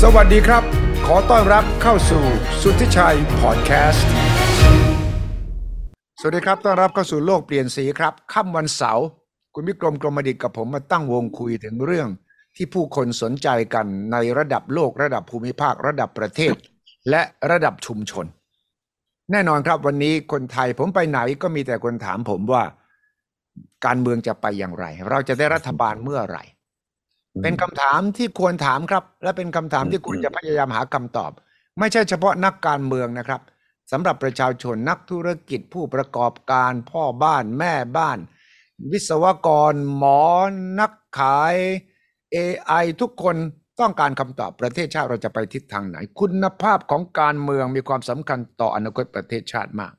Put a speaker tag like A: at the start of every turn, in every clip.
A: สวัสดีครับ ขอต้อนรับเข้าสู่สุทธิชัยพอดแคสต์ สวัสดีครับ ต้อนรับเข้าสู่โลกเปลี่ยนสีครับ ค่ำวันเสาร์ คุณวิกรมกรมดิตกับผมมาตั้งวงคุยถึงเรื่อง ที่ผู้คนสนใจกันในระดับโลกระดับภูมิภาค ระดับประเทศ และระดับชุมชน แน่นอนครับวันนี้คนไทยผมไปไหนก็มีแต่คนถามผมว่า การเมืองจะไปอย่างไร เราจะได้รัฐบาลเมื่อไหร่
B: อืม
A: เป็นคำถามที่ควรถามครับ และเป็นคำถามที่คุณจะพยายามหาคำตอบ ไม่ใช่เฉพาะนักการเมืองนะครับสำหรับประชาชนนักธุรกิจผู้ประกอบการ พ่อบ้านแม่บ้าน วิศวกร หมอนักขาย AI ทุกคนต้องการคำตอบประเทศชาติเราจะไปทิศทางไหน คุณภาพของการเมืองมีความสำคัญต่ออนาคตประเทศชาติมาก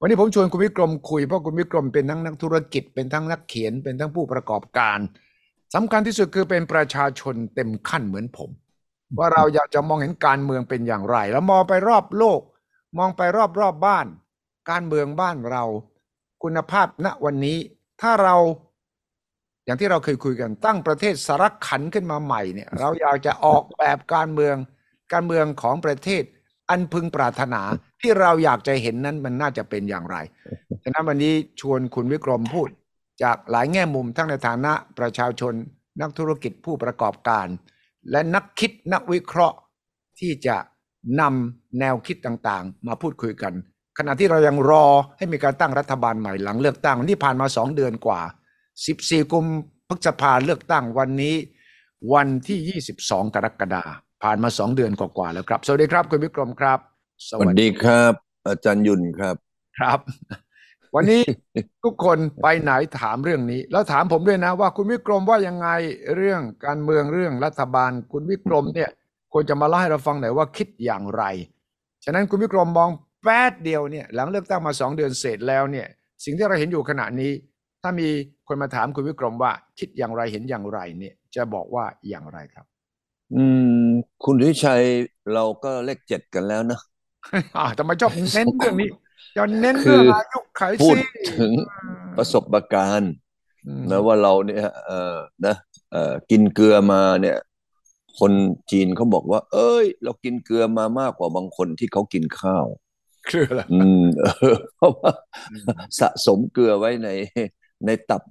A: วันนี้ผมชวนคุณวิกรมคุยเพราะคุณวิกรมเป็นทั้งนักธุรกิจเป็นทั้งนักเขียนเป็นทั้งผู้ประกอบการสำคัญที่สุดคือเป็นประชาชนเต็มขั้นเหมือนผม ว่าเราอยากจะมองเห็นการเมืองเป็นอย่างไร แล้วมองไปรอบโลก มองไปรอบรอบบ้าน การเมืองบ้านเรา คุณภาพณวันนี้ ถ้าเรา อย่างที่เราเคยคุยกันตั้งประเทศสารขันขึ้นมาใหม่เนี่ย เราอยากจะออกแบบการเมือง การเมืองของประเทศ อันพึงปรารถนาที่เราอยากจะเห็นนั้นมันน่าจะเป็นอย่างไร ฉะนั้นวันนี้ชวนคุณวิกรมพูด จากหลายแง่มุมทั้งในฐานะประชาชน นักธุรกิจผู้ประกอบการ และนักคิดนักวิเคราะห์ที่จะนำแนวคิดต่างๆ มาพูดคุยกัน ขณะที่เรายังรอให้มีการตั้งรัฐบาลใหม่หลังเลือกตั้งที่ผ่านมา 2 เดือนกว่า 14 กุมพฤษภาเลือกตั้งวันนี้ วันที่ 22 กรกฎาคมผ่านมา 2 เดือนกว่าๆแล้วครับ สวัสดีครับคุณวิกรมครับ
B: สวัสดีครับ อาจารย์ยุนครับ
A: ครับ วันนี้ ทุกคนไปไหนถามเรื่องนี้ แล้วถามผมด้วยนะว่าคุณวิกรมว่ายังไงเรื่องการเมืองเรื่องรัฐบาล คุณวิกรมเนี่ยควรจะมาเล่าให้เราฟังหน่อยว่าคิดอย่างไร ฉะนั้นคุณวิกรมมองแป๊ดเดียวเนี่ยหลังเลือกตั้งมาสองเดือนเสร็จแล้วเนี่ย สิ่งที่เราเห็นอยู่ขณะนี้ ถ้ามีคนมาถามคุณวิกรมว่าคิดอย่างไรเห็นอย่างไรเนี่ย จะบอกว่าอย่างไรครับ
B: อืม คุณทิชัยเราก็เลขเจ็ดกันแล้วนะ
A: อ่าทำไมชอบเน้นเรื่องนี้จะเน้นเรื่องอายุไข
B: พู
A: สิ
B: ดถึงประสบการณ์
A: อืม
B: นะว่าเราเนี่ยเออนะเออกินเกลือมาเนี่ย คนจีนเขาบอกว่า เอ้ย เรากินเกลือมามากกว่าบางคนที่เขากินข้าว
A: คืออะไร
B: อืม เออเพราะว่าสะสมเกลือไว้ในในตับ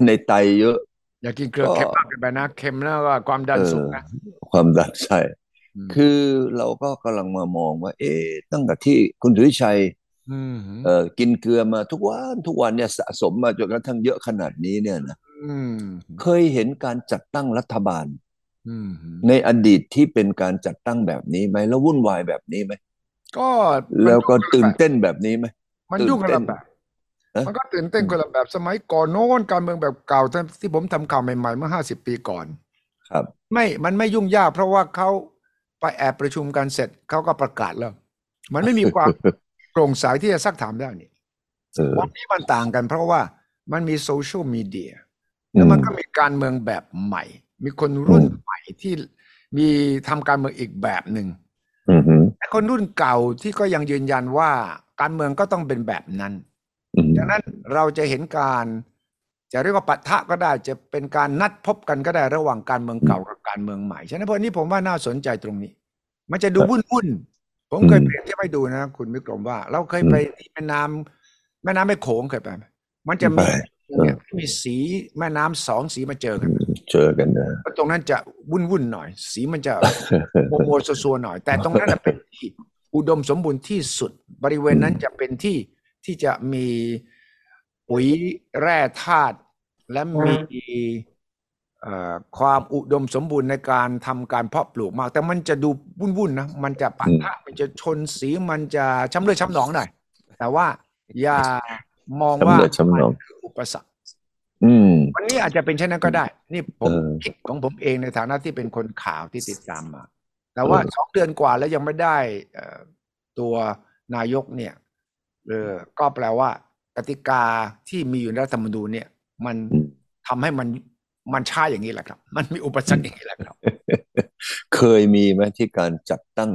B: ในไตเยอะ
A: อย่ากินเกลือเค็มมากเกินไปนะเค็มแล้วก็ความดันสูงนะ
B: ความดันใช่
A: ม
B: คือเราก็กำลังมามองว่า เอ๊ะตั้งแต่ที่คุณสุริชัย
A: ม
B: เอ่อกินเกลือมาทุกวันทุกวันเนี่ยสะสมมาจนกระทั่งเยอะขนาดนี้เนี่ยนะ
A: อืม
B: เคยเห็นการจัดตั้งรัฐบาล
A: อืม
B: ในอดีตที่เป็นการจัดตั้งแบบนี้ไหมแล้ววุ่นวายแบบนี้ไหม
A: ก็
B: แล้วก็ตื่นเต้นแบบนี้ไหม
A: มันยุ่งกันละแบบ
B: เอ๊ะ
A: มันก็ตื่นเต้นคนละแบบสมัยก่อนโน้นการเมืองแบบเก่าที่ผมทำข่าวใหม่ๆเมื่อห้าสิบปีก่อน
B: ครับ
A: ไม่ มันไม่ยุ่งยากเพราะว่าเขาไปแอบประชุมกันเสร็จเขาก็ประกาศแล้ว มันไม่มีความ โปร่งใสที่จะซักถามได้นี่
B: เออ
A: วันนี้มันต่างกันเพราะว่ามันมีโซเชียลมีเดีย
B: อื
A: แล้วมัน
B: ม
A: ก็มีการเมืองแบบใหม่ มีคนรุ่น
B: อืม
A: ใหม่ที่มีทำการเมืองอีกแบบหนึ่ง
B: อืมฮึ
A: แต่คนรุ่นเก่าที่ก็ยังยืนยันว่าการเมืองก็ต้องเป็นแบบนั้น
B: อืม
A: ดังนั้นเราจะเห็นการ จะเรียกว่าปะทะก็ได้ จะเป็นการนัดพบกันก็ได้ระหว่างการเมืองเก่ากับการเมืองใหม่ฉะนั้นพวกนี้ผมว่าน่าสนใจตรงนี้ มันจะดูวุ่นวุ่นๆผมเคยเปรียบเทียบให้ดูนะ คุณวิกรมว่า เราเคยไปที่แม่น้ำแม่น้ำแม่โขงเคยไปไหมมันจะมีเนี่ยที่มีสีแม่น้ำสองสีมาเจอกัน
B: เจอกันนะ
A: ตรงนั้นจะวุ่นวุ่นๆหน่อย สีมัน จะ โมโมซัวๆหน่อย แต่ตรงนั้นน่ะเป็นที่อุดมสมบูรณ์ที่สุด บริเวณนั้นจะเป็นที่ที่จะมีปุ๋ยแร่ธาตุและมีเอ่อความอุดมสมบูรณ์ในการทำการเพาะปลูกมาก แต่มันจะดูวุ่นๆนะมันจะปะทะมันจะชนสีมันจะช้ำเลือดช้ำหนองหน่อยแต่ว่าอย่ามอง
B: ชำ
A: ว่า
B: เลือดชำหนอง
A: มันคืออุปสรรค
B: อืม
A: วันนี้อาจจะเป็นเช่นนั้นก็ได้ นี่ผม
B: เออ
A: คิดของผมเองในฐานะที่เป็นคนข่าวที่ติดตามมา แต่ว่าสองเดือนกว่าแล้วยังไม่ได้เอ่อตัวนายกเนี่ยเออก็แปลว่ากติกาที่มีอยู่ในรัฐธรรมนูญเนี่ย มัน
B: อืม
A: ทำให้มันมันช้าอย่างนี้แหละครับ มันมีอุปสรรคอย่างนี้แหละครับ
B: เคยมีไหมที่การจัดตั้ง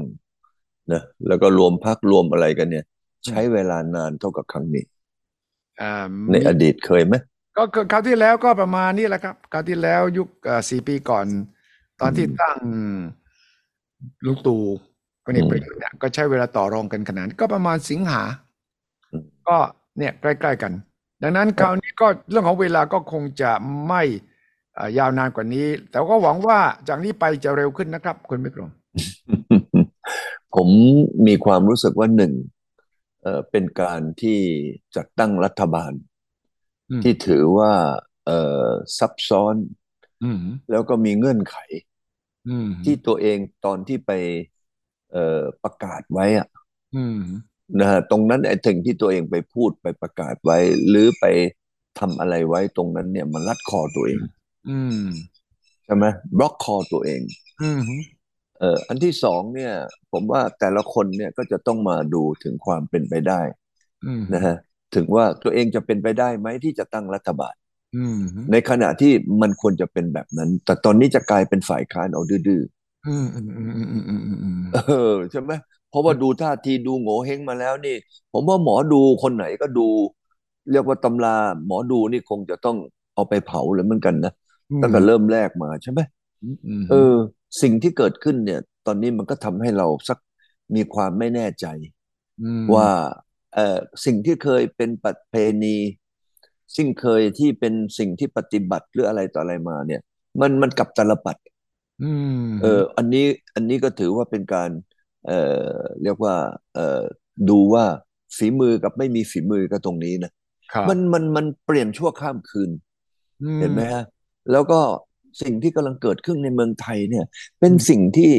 B: นะแล้วก็รวมพักรวมอะไรกันเนี่ย ใช้เวลานานเท่ากับครั้งนี้
A: เอ่อ
B: ใน
A: มี
B: อดีตเคยไหม
A: ก็คือคราวที่แล้วก็ประมาณนี้แหละครับคราวที่แล้วยุคสี่อ4ปีก่อน ตอนที่ตั้ง ลุงตู่พลเอก
B: อืม
A: ประยุทธ์เนี่ยก็ใช้เวลาต่อรองกันขนาดนั้นก็ประมาณสิงหา
B: อืม
A: ก็เนี่ยใกล้ๆกัน ดังนั้นคราวนี้ก็เรื่องของเวลาก็คงจะไม่เอ่อยาวนานกว่านี้ แต่ก็หวังว่าจากนี้ไปจะเร็วขึ้นนะครับคุณมิกรม
B: ผมมีความรู้สึกว่าหนึ่งเอ่อเป็นการที่จัดตั้งรัฐบาล
A: อืม
B: ที่ถือว่าเอ่อซับซ้อน
A: อืม
B: แล้วก็มีเงื่อนไข
A: อืม
B: ที่ตัวเองตอนที่ไปเอ่อประกาศไว้อะ
A: อืม
B: นะฮะตรงนั้นไอ้ถึงที่ตัวเองไปพูดไปประกาศไว้ หรือไปทำอะไรไว้ตรงนั้นเนี่ยมันรัดคอตัวเอง
A: อืม
B: ใช่ไหมบล็อกคอตัวเอง
A: อืม
B: เอ่ออันที่สองเนี่ย ผมว่าแต่ละคนเนี่ยก็จะต้องมาดูถึงความเป็นไปได้
A: อืม
B: นะฮะถึงว่าตัวเองจะเป็นไปได้ไหมที่จะตั้งรัฐบาล
A: อืม
B: ในขณะที่มันควรจะเป็นแบบนั้น แต่ตอนนี้จะกลายเป็นฝ่ายค้านเอาดื้อ
A: อืมอืมอืมอืมอืมอืมอืม
B: ๆเอ อใช่ไหมเพราะว่าดูท่าทีดูโง่เฮงมาแล้วนี่ ผมว่าหมอดูคนไหนก็ดู เรียกว่าตำราหมอดูนี่คงจะต้องเอาไปเผาเลยเหมือนกันนะตั้งแต่เริ่มแรกมาใช่ไหม
A: อืม
B: เออสิ่งที่เกิดขึ้นเนี่ย ตอนนี้มันก็ทำให้เราสักมีความไม่แน่ใจ
A: ม
B: ว่าเออสิ่งที่เคยเป็นประเพณี สิ่งเคยที่เป็นสิ่งที่ปฏิบัติหรืออะไรต่ออะไรมาเนี่ย มันมันกลับตาลปัด
A: อืม
B: เอออันนี้อันนี้ก็ถือว่าเป็นการเออเรียกว่าเออดูว่าฝีมือกับไม่มีฝีมือก็ตรงนี้นะครับ มันมันมันเปลี่ยนชั่วข้ามคืน
A: อื
B: เห็นไหมฮะแล้วก็สิ่งที่กำลังเกิดขึ้นในเมืองไทยเนี่ย เป็นสิ่งที่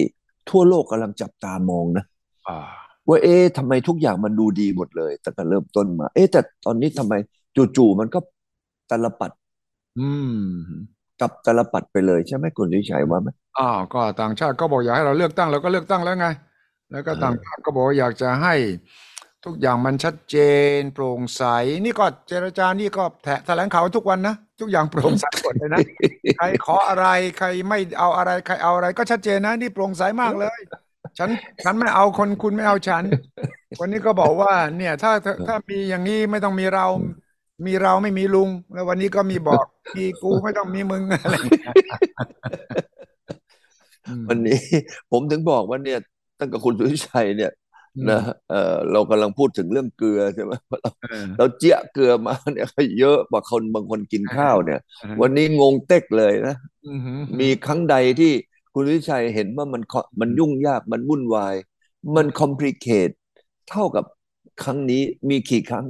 B: ทั่วโลกกำลังจับตามองนะ
A: อ่า
B: ว่าเอ๊ะทำไมทุกอย่างมันดูดีหมดเลยตั้งแต่เริ่มต้นมา เอ๊ะแต่ตอนนี้ทำไมจู่ๆมันก็ตาลปัด
A: อืม
B: กลับตาลปัดไปเลยใช่ไหมคุณลิชัยว่าไหม
A: อ้าวก็ต่างชาติก็บอกอยากให้เราเลือกตั้งเราก็เลือกตั้งแล้วไง แล้วก็
B: เออ
A: ต่างชาติก็บอกว่าอยากจะให้ ทุกอย่างมันชัดเจน โปร่งใส นี่ก็เจรจานี่ก็แถแถลงข่าวทุกวันนะ ทุกอย่างโปร่งใสหมด เลยนะ ใครขออะไรใครไม่เอาอะไรใครเอาอะไร ก็ชัดเจนนะนี่โปร่งใสมากเลย ฉันฉันไม่เอาคนคุณไม่เอาฉัน วันนี้ก็บอกว่า เนี่ย ถ้าถ้าถ้ามีอย่างนี้ไม่ต้องมีเรา มีเราไม่มีลุง แล้ววันนี้ก็มีบอกมีกูไม่ต้องมีมึงอะไรอย่างเงี้ยอืม
B: วันนี้ ผมถึงบอกว่าเนี่ยตั้งแต่คุณลิชัยเนี่ยนะเออเรากำลังพูดถึงเรื่องเกลือใช่ไหมว่าเรา
A: เออ
B: เราเจี๊ยะเกลือมาเนี่ยก็เยอะกว่าคนบางคนกินข้าวเนี่ย
A: อ่าฮะ
B: วันนี้งงเต็กเลยนะ
A: อือหือ
B: มีครั้งใดที่คุณวิชัยเห็นว่ามันคมันยุ่งยากมันวุ่นวาย มันคอมพลีเคทเท่ากับครั้งนี้มีกี่ครั้ง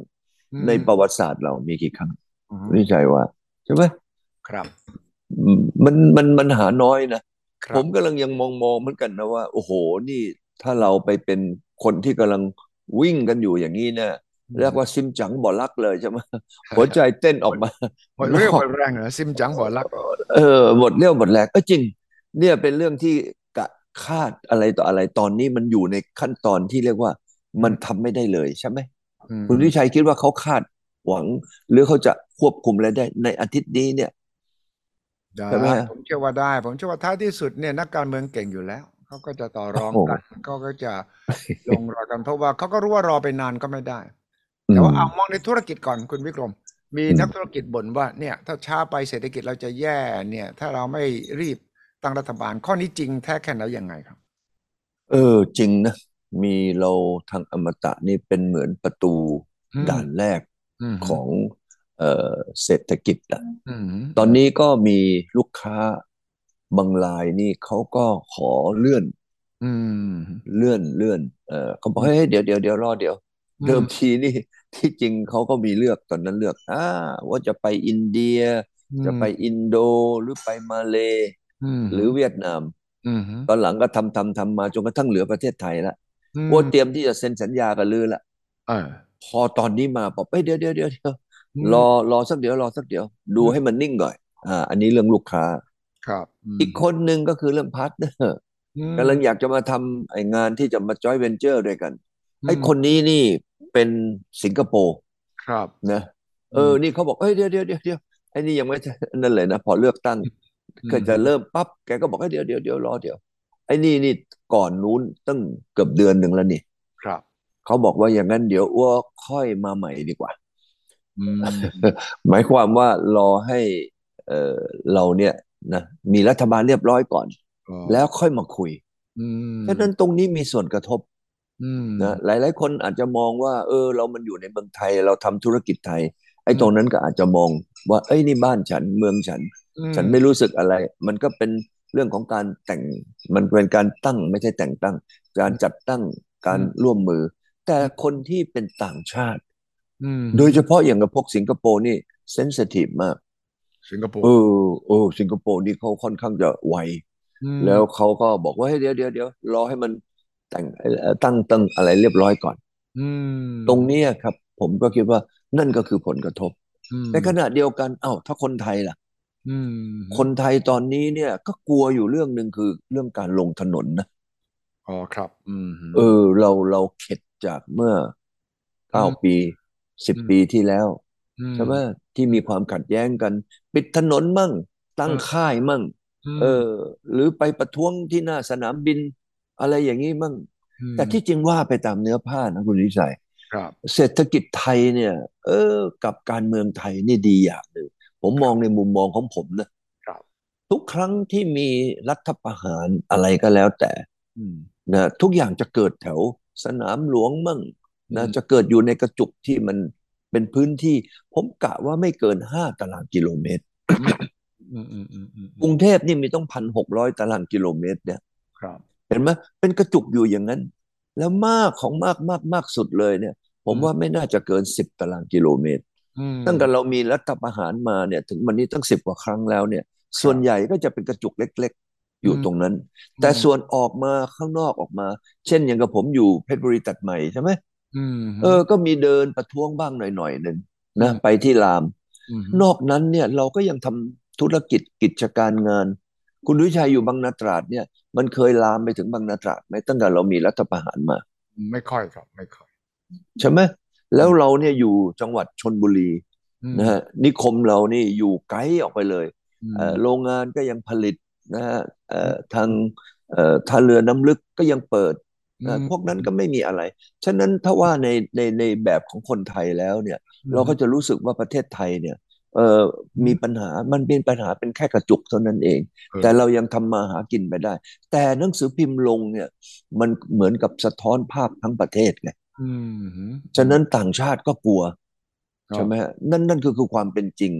A: อื
B: ใน
A: ม
B: ประวัติศาสตร์เรามีกี่ครั้ง
A: อือหื
B: คุณ
A: อ
B: วิชัยว่าใช่ไหม
A: ครับ
B: อืมมันมันมันหาน้อยนะ
A: ครั
B: ผ
A: บ
B: มกำลังยังมองมองเหมือนกันนะว่า โอ้โหนี่ถ้าเราไปเป็นคนที่กำลังวิ่งกันอยู่อย่างนี้เนี่ยเรียกว่าซิมจังบ่อลักเลยใช่ไหมหัวใจเต้นออกมา
A: หมดเรื่องหมดแรงเหรอซิมจังหัวลัก
B: เออหมดเรี่ยวหมดแรงก็จริง เนี่ยเป็นเรื่องที่กะคาดอะไรต่ออะไรตอนนี้มันอยู่ในขั้นตอนที่เรียกว่า มันทำไม่ได้เลยใช่ไหม
A: อืม
B: คุณวิชัยคิดว่าเขาคาดหวัง หรือเขาจะควบคุมอะไรได้ ในอาทิตย์นี้เนี่ย ใช่ไหม
A: ได้
B: ฮะ
A: ผมเชื่อว่าได้ ผมเชื่อว่าท้ายที่สุดเนี่ยนักการเมืองเก่งอยู่แล้วเขาก็จะต่อรอง
B: โอ้โห
A: กันเขาก็จะลงรอยกันเพราะว่าเขาก็รู้ว่ารอไปนานก็ไม่ได้
B: อื
A: แต่
B: ม
A: ว่าเอามองในธุรกิจก่อนคุณวิกรม มี
B: อืม
A: นักธุรกิจบ่นว่าเนี่ย ถ้าช้าไปเศรษฐกิจเราจะแย่เนี่ย ถ้าเราไม่รีบตั้งรัฐบาลข้อนี้จริงแท้แค่ไหนยังไงครับ
B: เออจริงนะ มีเราทางอมตะนี่เป็นเหมือนประตู
A: อืม
B: ด่านแรก
A: อืม
B: ของเอ่อเศรษฐกิจอะ
A: อืม
B: ตอนนี้ก็มีลูกค้าบางรายนี่เขาก็ขอเลื่อน
A: อืม
B: เลื่อนเลื่อนเออเขาบอกเฮ้ยเดี๋ยวเดี๋ยวเดี๋ยวรอเดี๋ยว
A: อืม
B: เดิมทีนี่ ที่จริงเขาก็มีเลือกตอนนั้นเลือกอ่าว่าจะไปอินเดีย จะไปอินโดหรือไปมาเลย์
A: อืม
B: หรือเวียดนาม
A: อืม
B: ตอนหลังก็ทำทำทำมาจนกระทั่งเหลือประเทศไทยละ
A: อืม
B: โอ้เตรียมที่จะเซ็นสัญญากันลือละ
A: เออ
B: พอตอนนี้มาบอกเอ้ยเดี๋ยวเดี๋ยวเดี๋ยวเดี๋ยว
A: อื
B: ร
A: ม
B: อรอสักเดี๋ยวรอสักเดี๋ยว ดู
A: อืม
B: ให้มันนิ่งก่อนอ่า อันนี้เรื่องลูกค้า
A: ครับอืม
B: อีกคนหนึ่งก็คือเรื่องพาร์ทเนอร์
A: อืม
B: กำลังอยากจะมาทำไอ้งานที่จะมาจอยเวนเจอร์ด้วยกัน ไอ้
A: ม
B: คนนี้นี่เป็นสิงคโปร์
A: ครับ
B: นะ เออ นี่เขาบอกเอ้ยเดี๋ยวเดี๋ยวเดี๋ยวเดี๋ยวไอ้นี่ยังไม่ทันนั่นเลยนะ พอเลือกตั้ง
A: อืม
B: ก็จะเริ่มปั๊บแกก็บอกเอ้ยเดี๋ยวเดี๋ยวเดี๋ยวรอเดี๋ยว ไอ้นี่นี่ก่อนนู้นตั้งเกือบเดือนหนึ่งแล้วนี่
A: ครับ
B: เขาบอกว่าอย่างนั้นเดี๋ยวอ้วค่อยมาใหม่ดีกว่า
A: อืม
B: หมายความว่ารอให้เออเราเนี่ยนะมีรัฐบาลเรียบร้อยก่อน
A: อ๋อ
B: แล้วค่อยมาคุย
A: อืม
B: ฉะนั้นตรงนี้มีส่วนกระทบ
A: อืม
B: นะหลาย ๆ คนอาจจะมองว่า เออ เรามันอยู่ในเมืองไทย เราทำธุรกิจไทย ไอ้
A: อืม
B: ตรงนั้นก็อาจจะมองว่าเอ้ยนี่บ้านฉันเมืองฉัน
A: อืม
B: ฉันไม่รู้สึกอะไร มันก็เป็นเรื่องของการแต่ง มันเป็นการตั้งไม่ใช่แต่งตั้ง การจัดตั้ง การร่วมมือ แต่คนที่เป็นต่างชาติ
A: อืม
B: โดยเฉพาะอย่างกับพวกสิงคโปร์นี่เซนซิทีฟมาก
A: สิงคโป
B: เอ
A: ร์
B: อเออสิงคโปร์นี่เขาค่อนข้างจะไว
A: ม
B: แล้วเขาก็บอกว่าเฮ้ยเดี๋ยวเดี๋ยวเดี๋ยวรอให้มันแต่งเอ่อตั้งตั้งอะไรเรียบร้อยก่อน
A: อืม
B: ตรงเนี้ยครับ ผมก็คิดว่านั่นก็คือผลกระทบ
A: อืม
B: ในขณะเดียวกันเอ้าถ้าคนไทยล่ะ
A: อืม
B: คนไทยตอนนี้เนี่ยก็กลัวอยู่เรื่องหนึ่งคือเรื่องการลงถนนนะ
A: อ๋อครับ อืม
B: เออเราเราเข็ดจากเมื่อเก้า
A: อืม
B: ปีสิบ
A: อืม
B: ปีที่แล้ว
A: อืม
B: ใช่ไหมที่มีความขัดแย้งกัน ปิดถนนมั่ง ตั้ง
A: เออ
B: ค่ายมั่ง
A: อืม
B: เออ หรือไปประท้วงที่หน้าสนามบิน อะไรอย่างนี้มั่ง
A: ม
B: แต่ที่จริงว่าไปตามเนื้อผ้านะคุณวิชัย
A: ครับ
B: เศรษฐกิจไทยเนี่ย เออ กับการเมืองไทยนี่ดีอย่างหนึ่งผมมองในมุมมองของผมนะครับ ทุกครั้งที่มีรัฐประหารอะไรก็แล้วแต่
A: อืม
B: นะทุกอย่างจะเกิดแถวสนามหลวงมั่งนะ
A: อืม
B: จะเกิดอยู่ในกระจุกที่มันเป็นพื้นที่ ผมกะว่าไม่เกินห้าตารางกิโลเมตร
A: อืมอืมอืมอืม
B: กรุงเทพนี่มีต้องพันหกร้อยตารางกิโลเมตรเนี่ย
A: ครับ
B: เห็นไหมเป็นกระจุกอยู่อย่างนั้น แล้วมากของมากมากมากสุดเลยเนี่ย ผม
A: อืม
B: ว่าไม่น่าจะเกินสิบตารางกิโลเมตร
A: อืม
B: ตั้งแต่เรามีรัฐประหารมาเนี่ยถึงวันนี้ตั้งสิบกว่าครั้งแล้วเนี่ย ส่วนใหญ่ก็จะเป็นกระจุกเล็ก ๆ อยู่ตรงนั้น แต่ส่วนออกมาข้างนอกออกมา เช่นอย่างกับผมอยู่เพชรบุรีตัดใหม่ใช่ไหม
A: อืม
B: เออก็มีเดินประท้วงบ้างหน่อยๆหนึ่งนะไปที่ลาม
A: อืม
B: นอกนั้นเนี่ยเราก็ยังทำธุรกิจกิจการงาน คุณวิชัยอยู่บางนาตราดเนี่ย มันเคยลามไปถึงบางนาตราดไหมตั้งแต่เรามีรัฐประหารมา
A: ไม่ค่อยครับ ไม่ค่อย
B: ใช่ไหมแล้วเราเนี่ยอยู่จังหวัดชลบุรี
A: อืม
B: นะฮะนิคมเรานี่อยู่ไกลออกไปเลย
A: อืม
B: เอ่อโรงงานก็ยังผลิตนะฮะเอ่อทางเอ่อท่าเรือน้ำลึกก็ยังเปิด
A: อื
B: นะ
A: ม
B: พวกนั้นก็ไม่มีอะไร ฉะนั้นถ้าว่าในในในแบบของคนไทยแล้วเนี่ย เราก็จะรู้สึกว่าประเทศไทยเนี่ยเอ่อมีปัญหามันเป็นปัญหาเป็นแค่กระจุกเท่านั้นเอง
A: เออ
B: แต่เรายังทำมาหากินไปได้ แต่หนังสือพิมพ์ลงเนี่ยมันเหมือนกับสะท้อนภาพทั้งประเทศไง
A: อืมอืม
B: ฉะนั้นต่างชาติก็กลัว
A: ครับ
B: ใช่ไหมฮะนั่นนั่นคือคือความเป็นจริง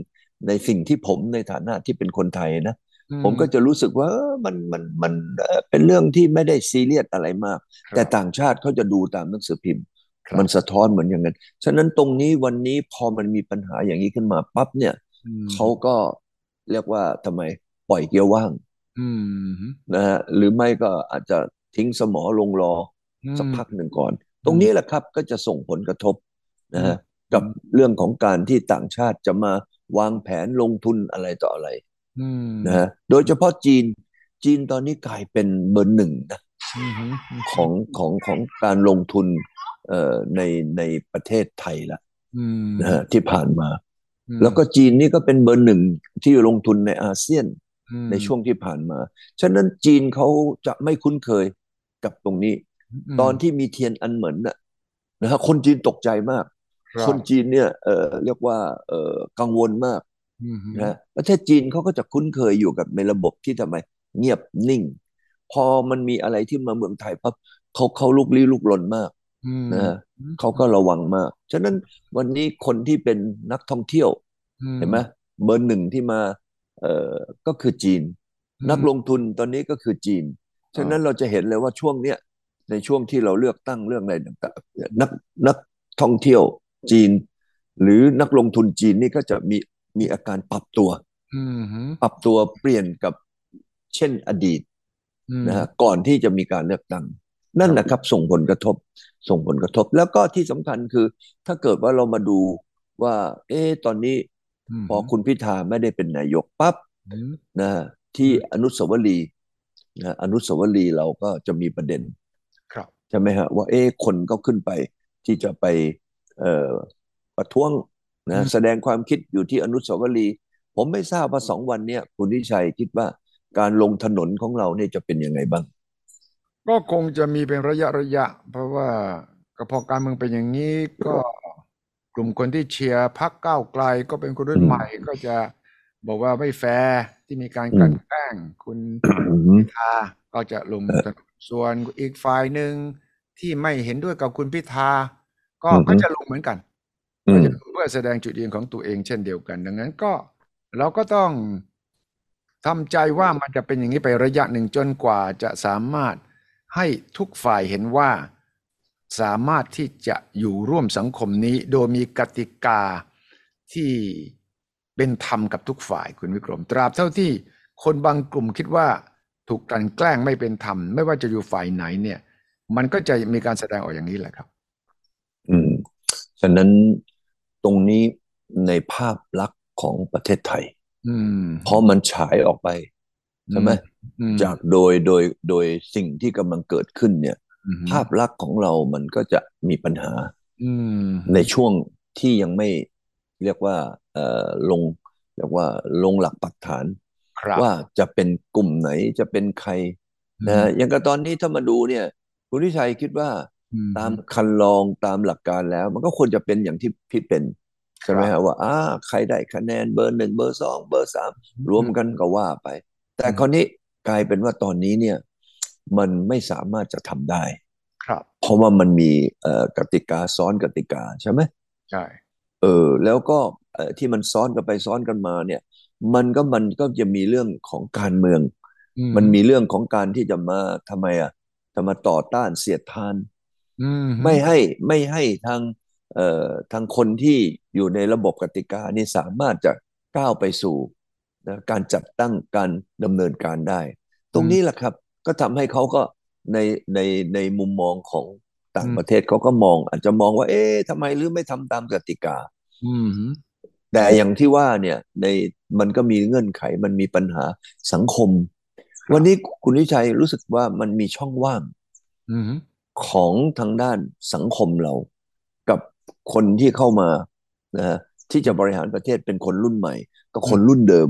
B: ในสิ่งที่ผมในฐานะที่เป็นคนไทยนะ
A: อื
B: ผมก็จะรู้สึกว่าเออมันมันมันเอ่อเป็นเรื่องที่ไม่ได้ซีเรียสอะไรมาก
A: ครับ
B: แต่ต่างชาติเขาจะดูตามหนังสือพิมพ์
A: ครับ
B: มันสะท้อนเหมือนอย่างนั้น ฉะนั้นตรงนี้วันนี้พอมันมีปัญหาอย่างนี้ขึ้นมาปั๊บเนี่ย
A: อืม
B: เขาก็เรียกว่าทำไมปล่อยเกียร์ว่าง
A: อืมอืม
B: นะฮะหรือไม่ก็อาจจะทิ้งสมอลงรอ
A: อื
B: สัก
A: ม
B: พักหนึ่งก่อน
A: ม
B: ตรงนี้แหละครับก็จะส่งผลกระทบนะฮะ
A: ม
B: กับเรื่องของการที่ต่างชาติจะมาวางแผนลงทุนอะไรต่ออะไร
A: อืม
B: นะฮะโดยเฉพาะจีนจีนตอนนี้กลายเป็นเบอร์หนึ่งนะ
A: อืมอืม
B: ของของของการลงทุนเอ่อในในประเทศไทยละ
A: อืม
B: นะฮะที่ผ่านมา
A: อืม
B: แล้วก็จีนนี่ก็เป็นเบอร์หนึ่งที่ลงทุนในอาเซียน
A: อืม
B: ในช่วงที่ผ่านมา ฉะนั้นจีนเขาจะไม่คุ้นเคยกับตรงนี้
A: ม
B: ตอนที่มีเทียนอันเหมินน่ะนะฮะคนจีนตกใจมาก
A: ครับ
B: คนจีนเนี่ยเอ่อเรียกว่าเอ่อกังวลมาก
A: อืม
B: นะฮะประเทศจีนเขาก็จะคุ้นเคยอยู่กับในระบบที่ทำไม เงียบนิ่ง พอมันมีอะไรที่มาเมืองไทยปั๊บเขาเขาลุกลี้ลุกลนมาก
A: อืม
B: นะฮะเขาก็ระวังมาก ฉะนั้นวันนี้คนที่เป็นนักท่องเที่ยว
A: อืม
B: เห็นไหมเบอร์หนึ่งที่มาเอ่อก็คือจีน
A: อืม
B: นักลงทุนตอนนี้ก็คือจีน ฉะนั้นเราจะเห็นเลยว่าช่วงเนี้ยในช่วงที่เราเลือกตั้งเรื่องอะไรต่างๆนักนักท่องเที่ยวจีน หรือนักลงทุนจีนนี่ก็จะมีมีอาการปรับตัว
A: อืม
B: ปรับตัวเปลี่ยนกับเช่นอดีต
A: อืม
B: นะฮะก่อนที่จะมีการเลือกตั้ง นั่นนะครับส่งผลกระทบส่งผลกระทบ แล้วก็ที่สำคัญคือ ถ้าเกิดว่าเรามาดูว่า เอ๊ะตอนนี้
A: อืม
B: พอคุณพิธาไม่ได้เป็นนายกปั๊บ
A: อืม
B: นะที่
A: อืม
B: อนุสาวรีย์นะอนุสาวรีย์เราก็จะมีประเด็น
A: ครับ
B: ใช่ไหมฮะว่าเอ๊ะคนก็ขึ้นไปที่จะไปเอ่อประท้วง
A: อื
B: นะ
A: ม
B: แสดงความคิดอยู่ที่อนุสาวรีย์ผมไม่ทราบว่าสองวันเนี้ยคุณวิชัยคิดว่าการลงถนนของเราเนี่ยจะเป็นยังไงบ้าง
A: ก็คงจะมีเป็นระยะระยะ เพราะว่าก็พอการเมืองเป็นอย่างนี้ก็กลุ่มคนที่เชียร์พรรคก้าวไกลก็เป็นคนรุ่น
B: อืม
A: ใหม่ก็จะบอกว่าไม่แฟร์ที่มีการ
B: อืม
A: กลั่นแกล้งคุณ
B: อืม
A: พิธา ก็จะลงถนนส่วนอีกฝ่ายหนึ่งที่ไม่เห็นด้วยกับคุณพิธา ก็
B: อือฮึ
A: ก็จะลงเหมือนกัน
B: อืม
A: เพื่อแสดงจุดยืนของตัวเองเช่นเดียวกัน ดังนั้นก็เราก็ต้องทำใจว่ามันจะเป็นอย่างนี้ไประยะหนึ่งจนกว่าจะสามารถให้ทุกฝ่ายเห็นว่าสามารถที่จะอยู่ร่วมสังคมนี้ โดยมีกติกาที่เป็นธรรมกับทุกฝ่ายคุณวิกรมตราบเท่าที่คนบางกลุ่มคิดว่าถูกกลั่นแกล้งไม่เป็นธรรม ไม่ว่าจะอยู่ฝ่ายไหนเนี่ย มันก็จะมีการแสดงออกอย่างนี้แหละครับ
B: อืม ฉะนั้นตรงนี้ในภาพลักษณ์ของประเทศไทย
A: อืม
B: เพราะมันฉายออกไป ใช่ไหม
A: อืม
B: จากโดยโดยโดยสิ่งที่กำลังเกิดขึ้นเนี่ย
A: อืม
B: ภาพลักษณ์ของเรามันก็จะมีปัญหา
A: อืม
B: ในช่วงที่ยังไม่เรียกว่า เอ่อลงเรียกว่าลงหลักปักฐาน
A: ครับ
B: ว่าจะเป็นกลุ่มไหนจะเป็นใครนะฮะอย่างกับตอนนี้ถ้ามาดูเนี่ยคุณทิชัยคิดว่า
A: อื
B: ตามคันลองตามหลักการแล้ว มันก็ควรจะเป็นอย่างที่พี่เป็น ใช่ไหมฮะว่าอ่าใครได้คะแนนเบอร์หนึ่งเบอร์สองเบอร์สามรวมกันก็ว่าไป แต่คราวนี้กลายเป็นว่าตอนนี้เนี่ย มันไม่สามารถจะทำได้
A: ครับ
B: เพราะว่ามันมีเอ่อกติกาซ้อนกติกาใช่ไหม
A: ใช่
B: เออแล้วก็เอ่อที่มันซ้อนกันไปซ้อนกันมาเนี่ย มันก็มันก็จะมีเรื่องของการเมือง
A: อื
B: มันมีเรื่องของการที่จะมาทำไมอ่ะจะมาต่อต้านเสียดทาน
A: อืม
B: ไม่ให้ไม่ให้ทางเอ่อทางคนที่อยู่ในระบบกติกานี่สามารถจะก้าวไปสู่นะการจัดตั้งการดำเนินการได้ ตรงนี้แหละครับ ก็ทำให้เขาก็ในในในมุมมองของต่างประเทศเขาก็มอง อาจจะมองว่า เอ๊ะทำไมลืมไม่ทำตามกติกา
A: อืม
B: แต่อย่างที่ว่าเนี่ยในมันก็มีเงื่อนไขมันมีปัญหาสังคม วันนี้คุณวิชัยรู้สึกว่ามันมีช่องว่าง
A: อืม
B: ของทางด้านสังคมเรา กับคนที่เข้ามานะฮะที่จะบริหารประเทศเป็นคนรุ่นใหม่ กับคนรุ่นเดิม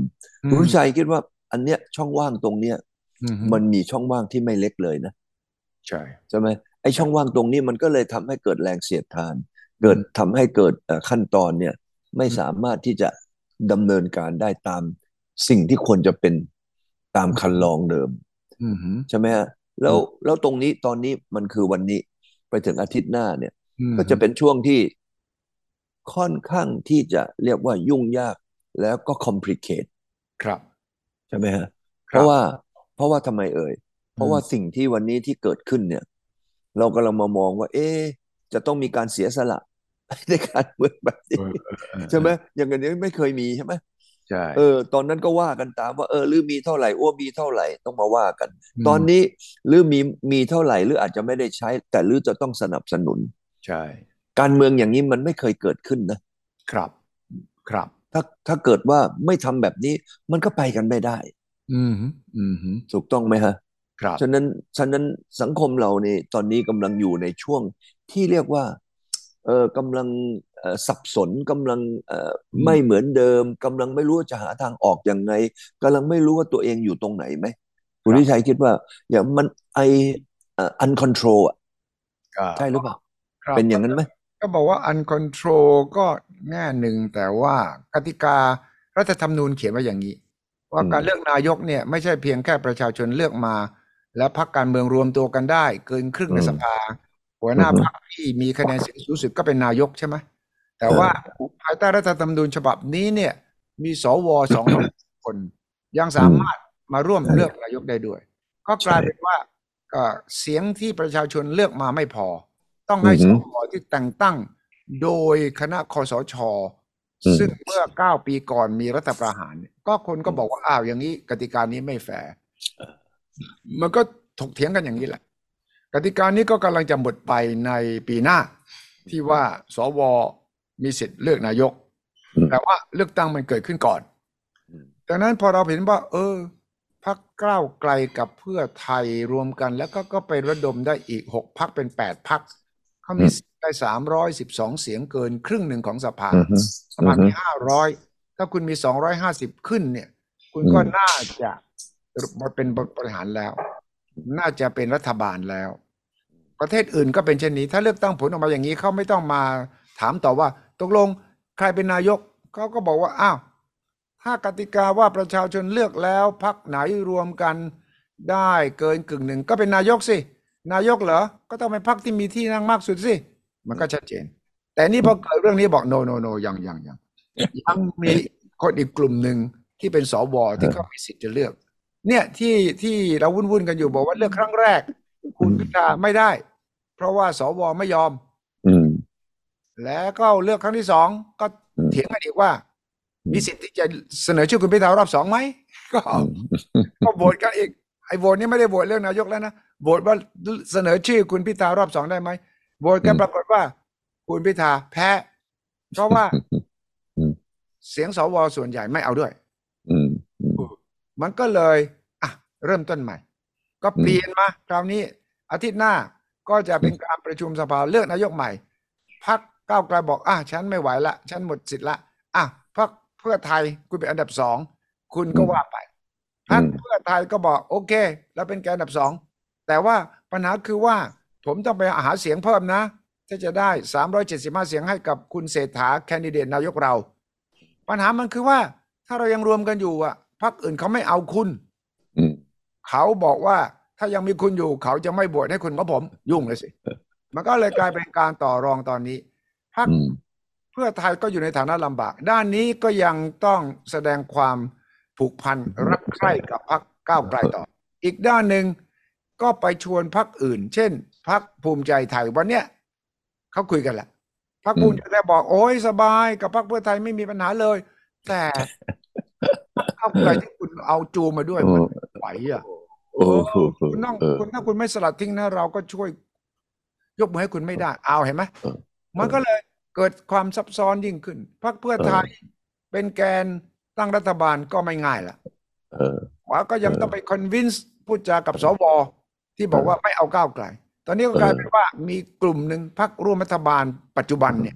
B: คุณวิชัยคิดว่าอันเนี้ยช่องว่างตรงเนี้ย
A: อืม
B: มันมีช่องว่างที่ไม่เล็กเลยนะ
A: ใช่
B: ใช่ไหมไอ้ช่องว่างตรงนี้มันก็เลยทำให้เกิดแรงเสียดทาน เกิดทำให้เกิดเอ่อขั้นตอนเนี่ยไม่สามารถที่จะดำเนินการได้ตามสิ่งที่ควรจะเป็นตามคันลองเดิม
A: อืม
B: ใช่ไหมฮะแล้วแล้วตรงนี้ตอนนี้มันคือวันนี้ไปถึงอาทิตย์หน้าเนี่ย
A: อืม
B: ก็จะเป็นช่วงที่ค่อนข้างที่จะเรียกว่ายุ่งยากแล้วก็ complicate
A: ครับ
B: ใช่ไหมฮะ
A: ค
B: เพ
A: รับ
B: ราะว่าเพราะว่าทำไมเอ่ย เพราะว่าสิ่งที่วันนี้ที่เกิดขึ้นเนี่ย เรากำลังมามองว่า เอ๊ะจะต้องมีการเสียสละ ในการเมืองแบบนี้
A: เออเออเออ
B: ใช่ไหมอย่างเงี้ยไม่เคยมีใช่ไหม
A: ใช่
B: เออตอนนั้นก็ว่ากันตามว่าเออลือมีเท่าไหร่อ้วมีเท่าไหร่ต้องมาว่ากัน
A: ม
B: ตอนนี้ลือมีมีเท่าไหร่ลืออาจจะไม่ได้ใช้ แต่ลือจะต้องสนับสนุน
A: ใช่
B: การเมืองอย่างนี้มันไม่เคยเกิดขึ้นนะครับ
A: ครับ
B: ถ้าถ้าเกิดว่าไม่ทำแบบนี้มันก็ไปกันไม่ได้
A: อืมอืม
B: ถูกต้องไหมฮะ
A: ครับ
B: ฉะนั้นฉะนั้นสังคมเราเนี่ยตอนนี้กำลังอยู่ในช่วงที่เรียกว่าเออกำลังเอ่อสับสนกำลังเอ่อไม่เหมือนเดิมกำลังไม่รู้ว่าจะหาทางออกยังไงกำลังไม่รู้ว่าตัวเองอยู่ตรงไหนไหมคุณวิชัยคิดว่า อย่างมันไออันคอนโทรลอ่ะ
A: ก็
B: ใช่หรือเปล่า
A: ครับ
B: เป็นอย่างนั้นไหม
A: ก็บอกว่าอันคอนโทรลก็แง่หนึ่งแต่ว่ากติการัฐธรรมนูญเขียนไว้อย่างนี้ ว่าการเลือกนายกเนี่ยไม่ใช่เพียงแค่ประชาชนเลือกมา และพรรคการเมืองรวมตัวกันได้ เกินครึ่งในสภา หัวหน้าพรรคที่มีคะแนนเสียงสูงสุดก็เป็นนายกใช่ไหมแต่ว่าภายใต้รัฐธรรมนูญฉบับนี้เนี่ยมีสวสองคน ยังสามารถมาร่วมเลือกนายกได้ด้วย ก็กลายเป็นว่าเอ่อเสียงที่ประชาชนเลือกมาไม่พอ ต้องให้สวที่แต่งตั้ง โดยคณะคอสช ซึ่งเมื่อเก้าปีก่อนมีรัฐประหารเนี่ยก็คนก็บอกว่าอ้าวอย่างนี้กติกานี้ไม่แฟร์มันก็ถกเถียงกันอย่างนี้แหละ กติกานี้ก็กำลังจะหมดไปในปีหน้า ที่ว่าสวมีสิทธิ์เลือกนายก แต่ว่าเลือกตั้งมันเกิดขึ้นก่อน ดังนั้นพอเราเห็นว่า เออพักก้าวไกลกับเพื่อไทยรวมกัน แล้วก็ก็ไประดมได้อีกหกพักเป็นแปดพักเขามีสิทธิ์ได้สามร้อยสิบสองเสียงเกินครึ่งหนึ่งของสภา
B: อือฮึ
A: สมัคร
B: อือฮึ
A: มีห้าร้อยถ้าคุณมีสองร้อยห้าสิบขึ้นเนี่ย คุณก็
B: อืม
A: น่าจะเป็นบริหารแล้ว น่าจะเป็นรัฐบาลแล้ว ประเทศอื่นก็เป็นเช่นนี้ ถ้าเลือกตั้งผลออกมาอย่างนี้เขาไม่ต้องมาถามต่อว่า ตกลงใครเป็นนายกเขาก็บอกว่าอ้าวถ้ากติกาว่าประชาชนเลือกแล้วพักไหนรวมกัน ได้เกินกึ่งหนึ่งก็เป็นนายกสิ นายกเหรอ ก็ต้องเป็นพรรคที่มีที่นั่งมากสุดสิ มันก็ชัดเจน แต่นี่พอเกิดเรื่องนี้บอก no no no ยังยังยังยังมีคนอีกกลุ่มหนึ่งที่เป็นสวที่เขามีสิทธิ์จะเลือก เนี่ยที่ที่เราวุ่นวุ่นๆกันอยู่บอกว่าเลือกครั้งแรก คุณพิธาไม่ได้ เพราะว่าสวไม่ยอม
B: อืม
A: แล้วก็เลือกครั้งที่สองก็
B: อืม
A: เถียงกันอีกว่า
B: อืม
A: มีสิทธิ์ที่จะเสนอชื่อคุณพิธารอบสองไหมก็
B: อืม
A: ก็โหวตกันอีกไอ้โหวตนี่ไม่ได้โหวตเรื่องนายกแล้วนะโหวตว่าเสนอชื่อคุณพิธารอบสองได้ไหมโหวตกันปรากฏว่า คุณพิธาแพ้ เพราะว่าเสียงสวส่วนใหญ่ไม่เอาด้วย
B: อืม
A: มันก็เลยอ่ะเริ่มต้นใหม่ ก็เปลี่ยนมาคราวนี้อาทิตย์หน้าก็จะเป็นการประชุมสภาเลือกนายกใหม่พักก้าวไกลบอกอ่ะฉันไม่ไหวละ ฉันหมดสิทธิ์ละอ่ะพักเพื่อไทยคุณเป็นอันดับสองคุณก็ว่าไปพัก
B: อืม
A: เพื่อไทยก็บอกโอเคเราเป็นแกนอันดับสองแต่ว่าปัญหาคือว่า ผมต้องไปหาเสียงเพิ่มนะถ้าจะได้ 375 เสียงให้กับคุณเศรษฐาแคนดิเดตนายกเรา ปัญหามันคือว่า ถ้าเรายังรวมกันอยู่อ่ะพรรคอื่นเขาไม่เอาคุณ
B: อืม
A: เขาบอกว่าถ้ายังมีคุณอยู่เขาจะไม่บวชให้คุณกับผม ยุ่งเลยสิ มันก็เลยกลายเป็นการต่อรองตอนนี้พรรค
B: อืม
A: เพื่อไทยก็อยู่ในฐานะลำบาก ด้านนี้ก็ยังต้องแสดงความผูกพันรักใคร่กับพรรคก้าวไกลต่อ อีกด้านหนึ่งก็ไปชวนพรรคอื่น เช่นพรรคภูมิใจไทยวันเนี้ยเขาคุยกันแหละพรรคภูมิใจไทยบอกโอ้ยสบายกับพรรคเพื่อไทยไม่มีปัญหาเลย แต่พรรคก้าวไกลที่คุณเอาจูมาด้วยมันไม่ไหวอ่ะ
B: โอ้โห
A: คุณต้อง
B: เออ
A: คุณถ้าคุณไม่สลัดทิ้งนะเราก็ช่วย ยกมือให้คุณไม่ได้ เอาเห็นไหม
B: เออ
A: มันก็เลยเกิดความซับซ้อนยิ่งขึ้นพรรคเพื่อ
B: เออ
A: ไทยเป็นแกนตั้งรัฐบาลก็ไม่ง่ายละ
B: เออ
A: ขวาก็ยัง
B: เออ
A: ต้องไปคอนวินส์พูดจากับสวที่บอกว่าไม่เอาก้าวไกล ตอนนี้ก็กลาย
B: เออ
A: เป็นว่ามีกลุ่มหนึ่งพรรคร่วมรัฐบาลปัจจุบันเนี่ย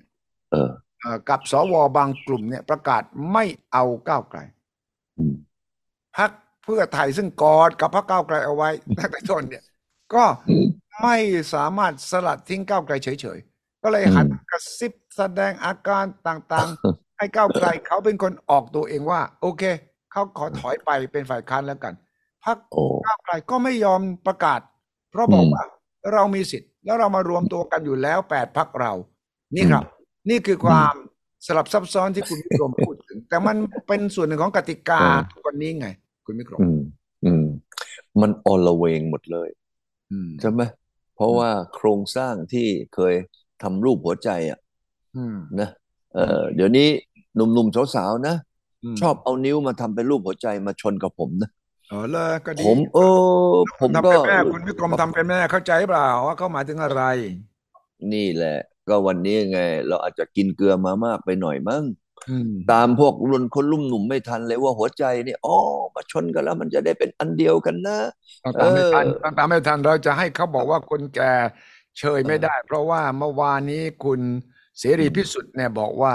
B: เออ
A: เอ่อกับสวบางกลุ่มเนี่ยประกาศไม่เอาก้าวไกล
B: อืม
A: พักเพื่อไทยซึ่งกอดกับพรรคก้าวไกลเอาไว้ ตั้งแต่ต้นเนี่ย ก็
B: อืม
A: ไม่สามารถสลัดทิ้งก้าวไกลเฉยๆ ก็เลยหัน
B: อืม
A: กระซิบแสดงอาการต่างๆ ให้ก้าวไกลเขาเป็นคนออกตัวเองว่า โอเค เขาขอถอยไปเป็นฝ่ายค้านแล้วกันพรรค
B: โอ้
A: ก้าวไกลก็ไม่ยอมประกาศ เพราะบอก
B: อืม
A: ว่า เรามีสิทธิ์ แล้วเรามารวมตัวกันอยู่แล้วแปดพักเรา นี่ครับ นี่คือความสลับซับซ้อนที่คุณวิกรมพูดถึง แต่มันเป็นส่วนหนึ่งของกติกาทุกวันนี้ไง คุณวิกรม
B: อืม อืม มันอลเวงหมดเลย
A: อืม
B: ใช่ไหมเพราะว่าโครงสร้างที่เคยทำรูปหัวใจอ่ะ
A: อืม
B: นะเออเดี๋ยวนี้หนุ่มๆสาวๆนะ
A: ม
B: ชอบเอานิ้วมาทำเป็นรูปหัวใจมาชนกับผมนะ
A: เออเลยก็ดี
B: ผมเออ ผม
A: ทำ
B: ก็
A: เป็นแม่คุณวิกรมทำเป็นแม่เข้าใจเปล่าว่าเขาหมายถึงอะไร
B: นี่แหละ ก็วันนี้ไง เราอาจจะกินเกลือมามากไปหน่อยมั้ง
A: อืม
B: ตามพวกรุ่นคนรุ่มหนุ่มไม่ทันเลยว่าหัวใจเนี่ยอ๋อมาชนกันแล้วมันจะได้เป็นอันเดียวกันนะ
A: ต้องตามไม่ทัน
B: เออ
A: ต้องตามไม่ทันเราจะให้เขาบอกว่าคนแก่เชยไม่ได้ เพราะว่าเมื่อวานนี้คุณเสรีพิสุทธิ์เนี่ยบอกว่า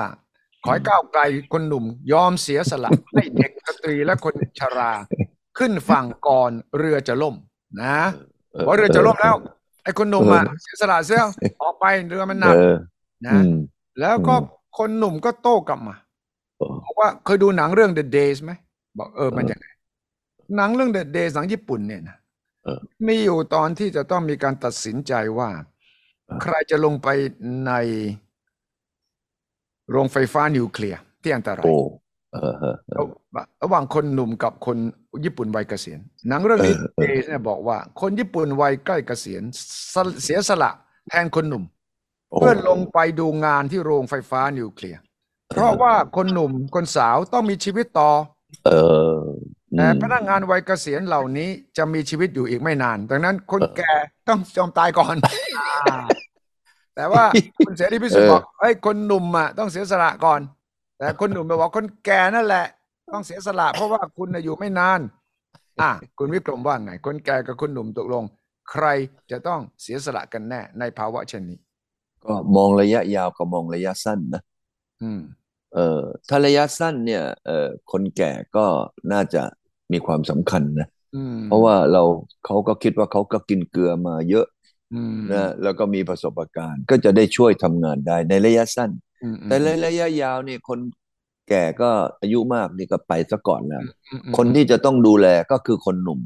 A: ขอให้ก้าวไกลคนหนุ่มยอมเสียสละ ให้เด็กสตรีและคนชรา ขึ้นฝั่งก่อนเรือจะล่มนะเพราะเรือจะล่มแล้ว ไอ้คนหนุ่มอ่ะเสียสละเสียออกไปเรือมันหนัก
B: เออ
A: นะ
B: อืม
A: แล้วก็
B: อืม
A: คนหนุ่มก็โต้กลับมา
B: โอ้
A: บอกว่าเคยดูหนังเรื่อง The Days ไหมบอกเออ
B: เออ
A: มันยังไงหนังเรื่อง The Days หนังญี่ปุ่นเนี่ยนะ
B: เออ
A: มีอยู่ตอนที่จะต้องมีการตัดสินใจว่า
B: เออ
A: ใครจะลงไปใน โรงไฟฟ้านิวเคลียร์ที่อันตรา
B: โอ้
A: ย
B: เออเออ
A: ระระหว่างคนหนุ่มกับคนญี่ปุ่นวัยเกษียณหนังเรื่องนี้
B: เออ
A: The
B: เออ
A: Days เนี่ยบอกว่า คนญี่ปุ่นวัยใกล้เกษียณสละเสียสละแทนคนหนุ่ม
B: โอ้
A: เพื่อลงไปดูงานที่โรงไฟฟ้านิวเคลียร์ เพราะว่าคนหนุ่มคนสาวต้องมีชีวิตต่อ
B: เออ
A: แต่
B: อืม
A: พนักงานวัยเกษียณเหล่านี้จะมีชีวิตอยู่อีกไม่นาน ดังนั้นคน
B: เออ
A: แก่ต้องยอมตายก่ อน อ่าแต่ว่าคุณเสรีพิสุทธิ์
B: เออ
A: บอกเอ้ยคนหนุ่มอ่ะต้องเสียสละก่อน แต่คนหนุ่มบอกว่าคนแก่นั่นแหละ ต้องเสียสละ เพราะว่าคุณน่ะอยู่ไม่นาน อ่ะคุณวิกรมว่าไง คนแก่กับคนหนุ่มตกลง ใครจะต้องเสียสละกันแน่ ในภาวะเช่นนี้
B: ก็มองระยะยาวกับมองระยะสั้นนะ
A: อืม
B: เอ่อถ้าระยะสั้นเนี่ยเอ่อคนแก่ก็น่าจะมีความสำคัญนะ
A: อืม
B: เพราะว่าเราเขาก็คิดว่าเขาก็กินเกลือมาเยอะ
A: อืม
B: นะแล้วก็มีประสบการณ์ ก็จะได้ช่วยทำงานได้ในระยะสั้น
A: อืมอืม
B: แต่ในระยะยาวเนี่ยคนแก่ก็อายุมากนี่ก็ไปซะก่อนแล้ว
A: อืมอืม
B: คนที่จะต้องดูแลก็คือคนหนุ่ม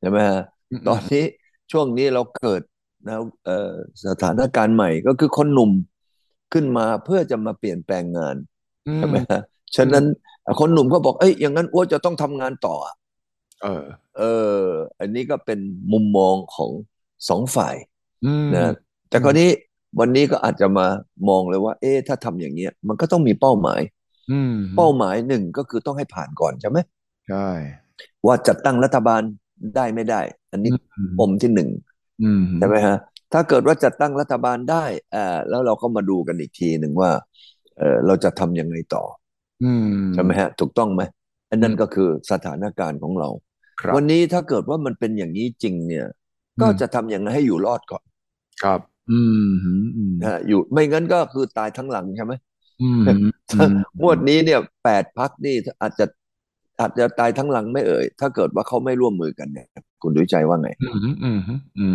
B: ใช่ไหมฮะ
A: อืม
B: ตอนนี้ช่วงนี้เราเกิดนะเอ่อสถานการณ์ใหม่ก็คือคนหนุ่มขึ้นมาเพื่อจะมาเปลี่ยนแปลงงาน
A: อืม
B: ใช่ไหมฮะฉะนั้นคนหนุ่มก็บอก เอ้ย อย่างนั้นอ้วนจะต้องทำงานต่ออะ
A: เออ
B: เออ อันนี้ก็เป็นมุมมองของสองฝ่าย
A: อืม
B: นะ แต่
A: อืม
B: คราวนี้วันนี้ก็อาจจะมามองเลยว่า เอ๊ะ ถ้าทำอย่างเงี้ย มันก็ต้องมีเป้าหมาย
A: อืม
B: เป้าหมายหนึ่งก็คือต้องให้ผ่านก่อนใช่ไหม
A: ใช่
B: ว่าจัดตั้งรัฐบาลได้ไม่ได้ อันนี้ปมที่หนึ่ง
A: อืม
B: ใช่ไหมฮะ ถ้าเกิดว่าจัดตั้งรัฐบาลได้อ่าแล้วเราก็มาดูกันอีกทีหนึ่งว่า เออเราจะทำยังไงต่อ
A: อืม
B: ใช่ไหมฮะถูกต้องไหมอันนั้น
A: อืม
B: ก็คือสถานการณ์ของเรา
A: ครับ
B: วันนี้ถ้าเกิดว่ามันเป็นอย่างนี้จริงเนี่ย ก็จะทำอย่างไรให้อยู่รอดก่อน
A: ครับ อืมอืมอืม
B: นะฮะอยู่ไม่งั้นก็คือตายทั้งหลังใช่ไหม
A: อืม
B: งวดนี้เนี่ยแปดพักนี่อาจจะอาจจะตายทั้งหลังไม่เอ่ย ถ้าเกิดว่าเขาไม่ร่วมมือกันเนี่ยคุณดุยใจว่าไง
A: อืมอืมอืม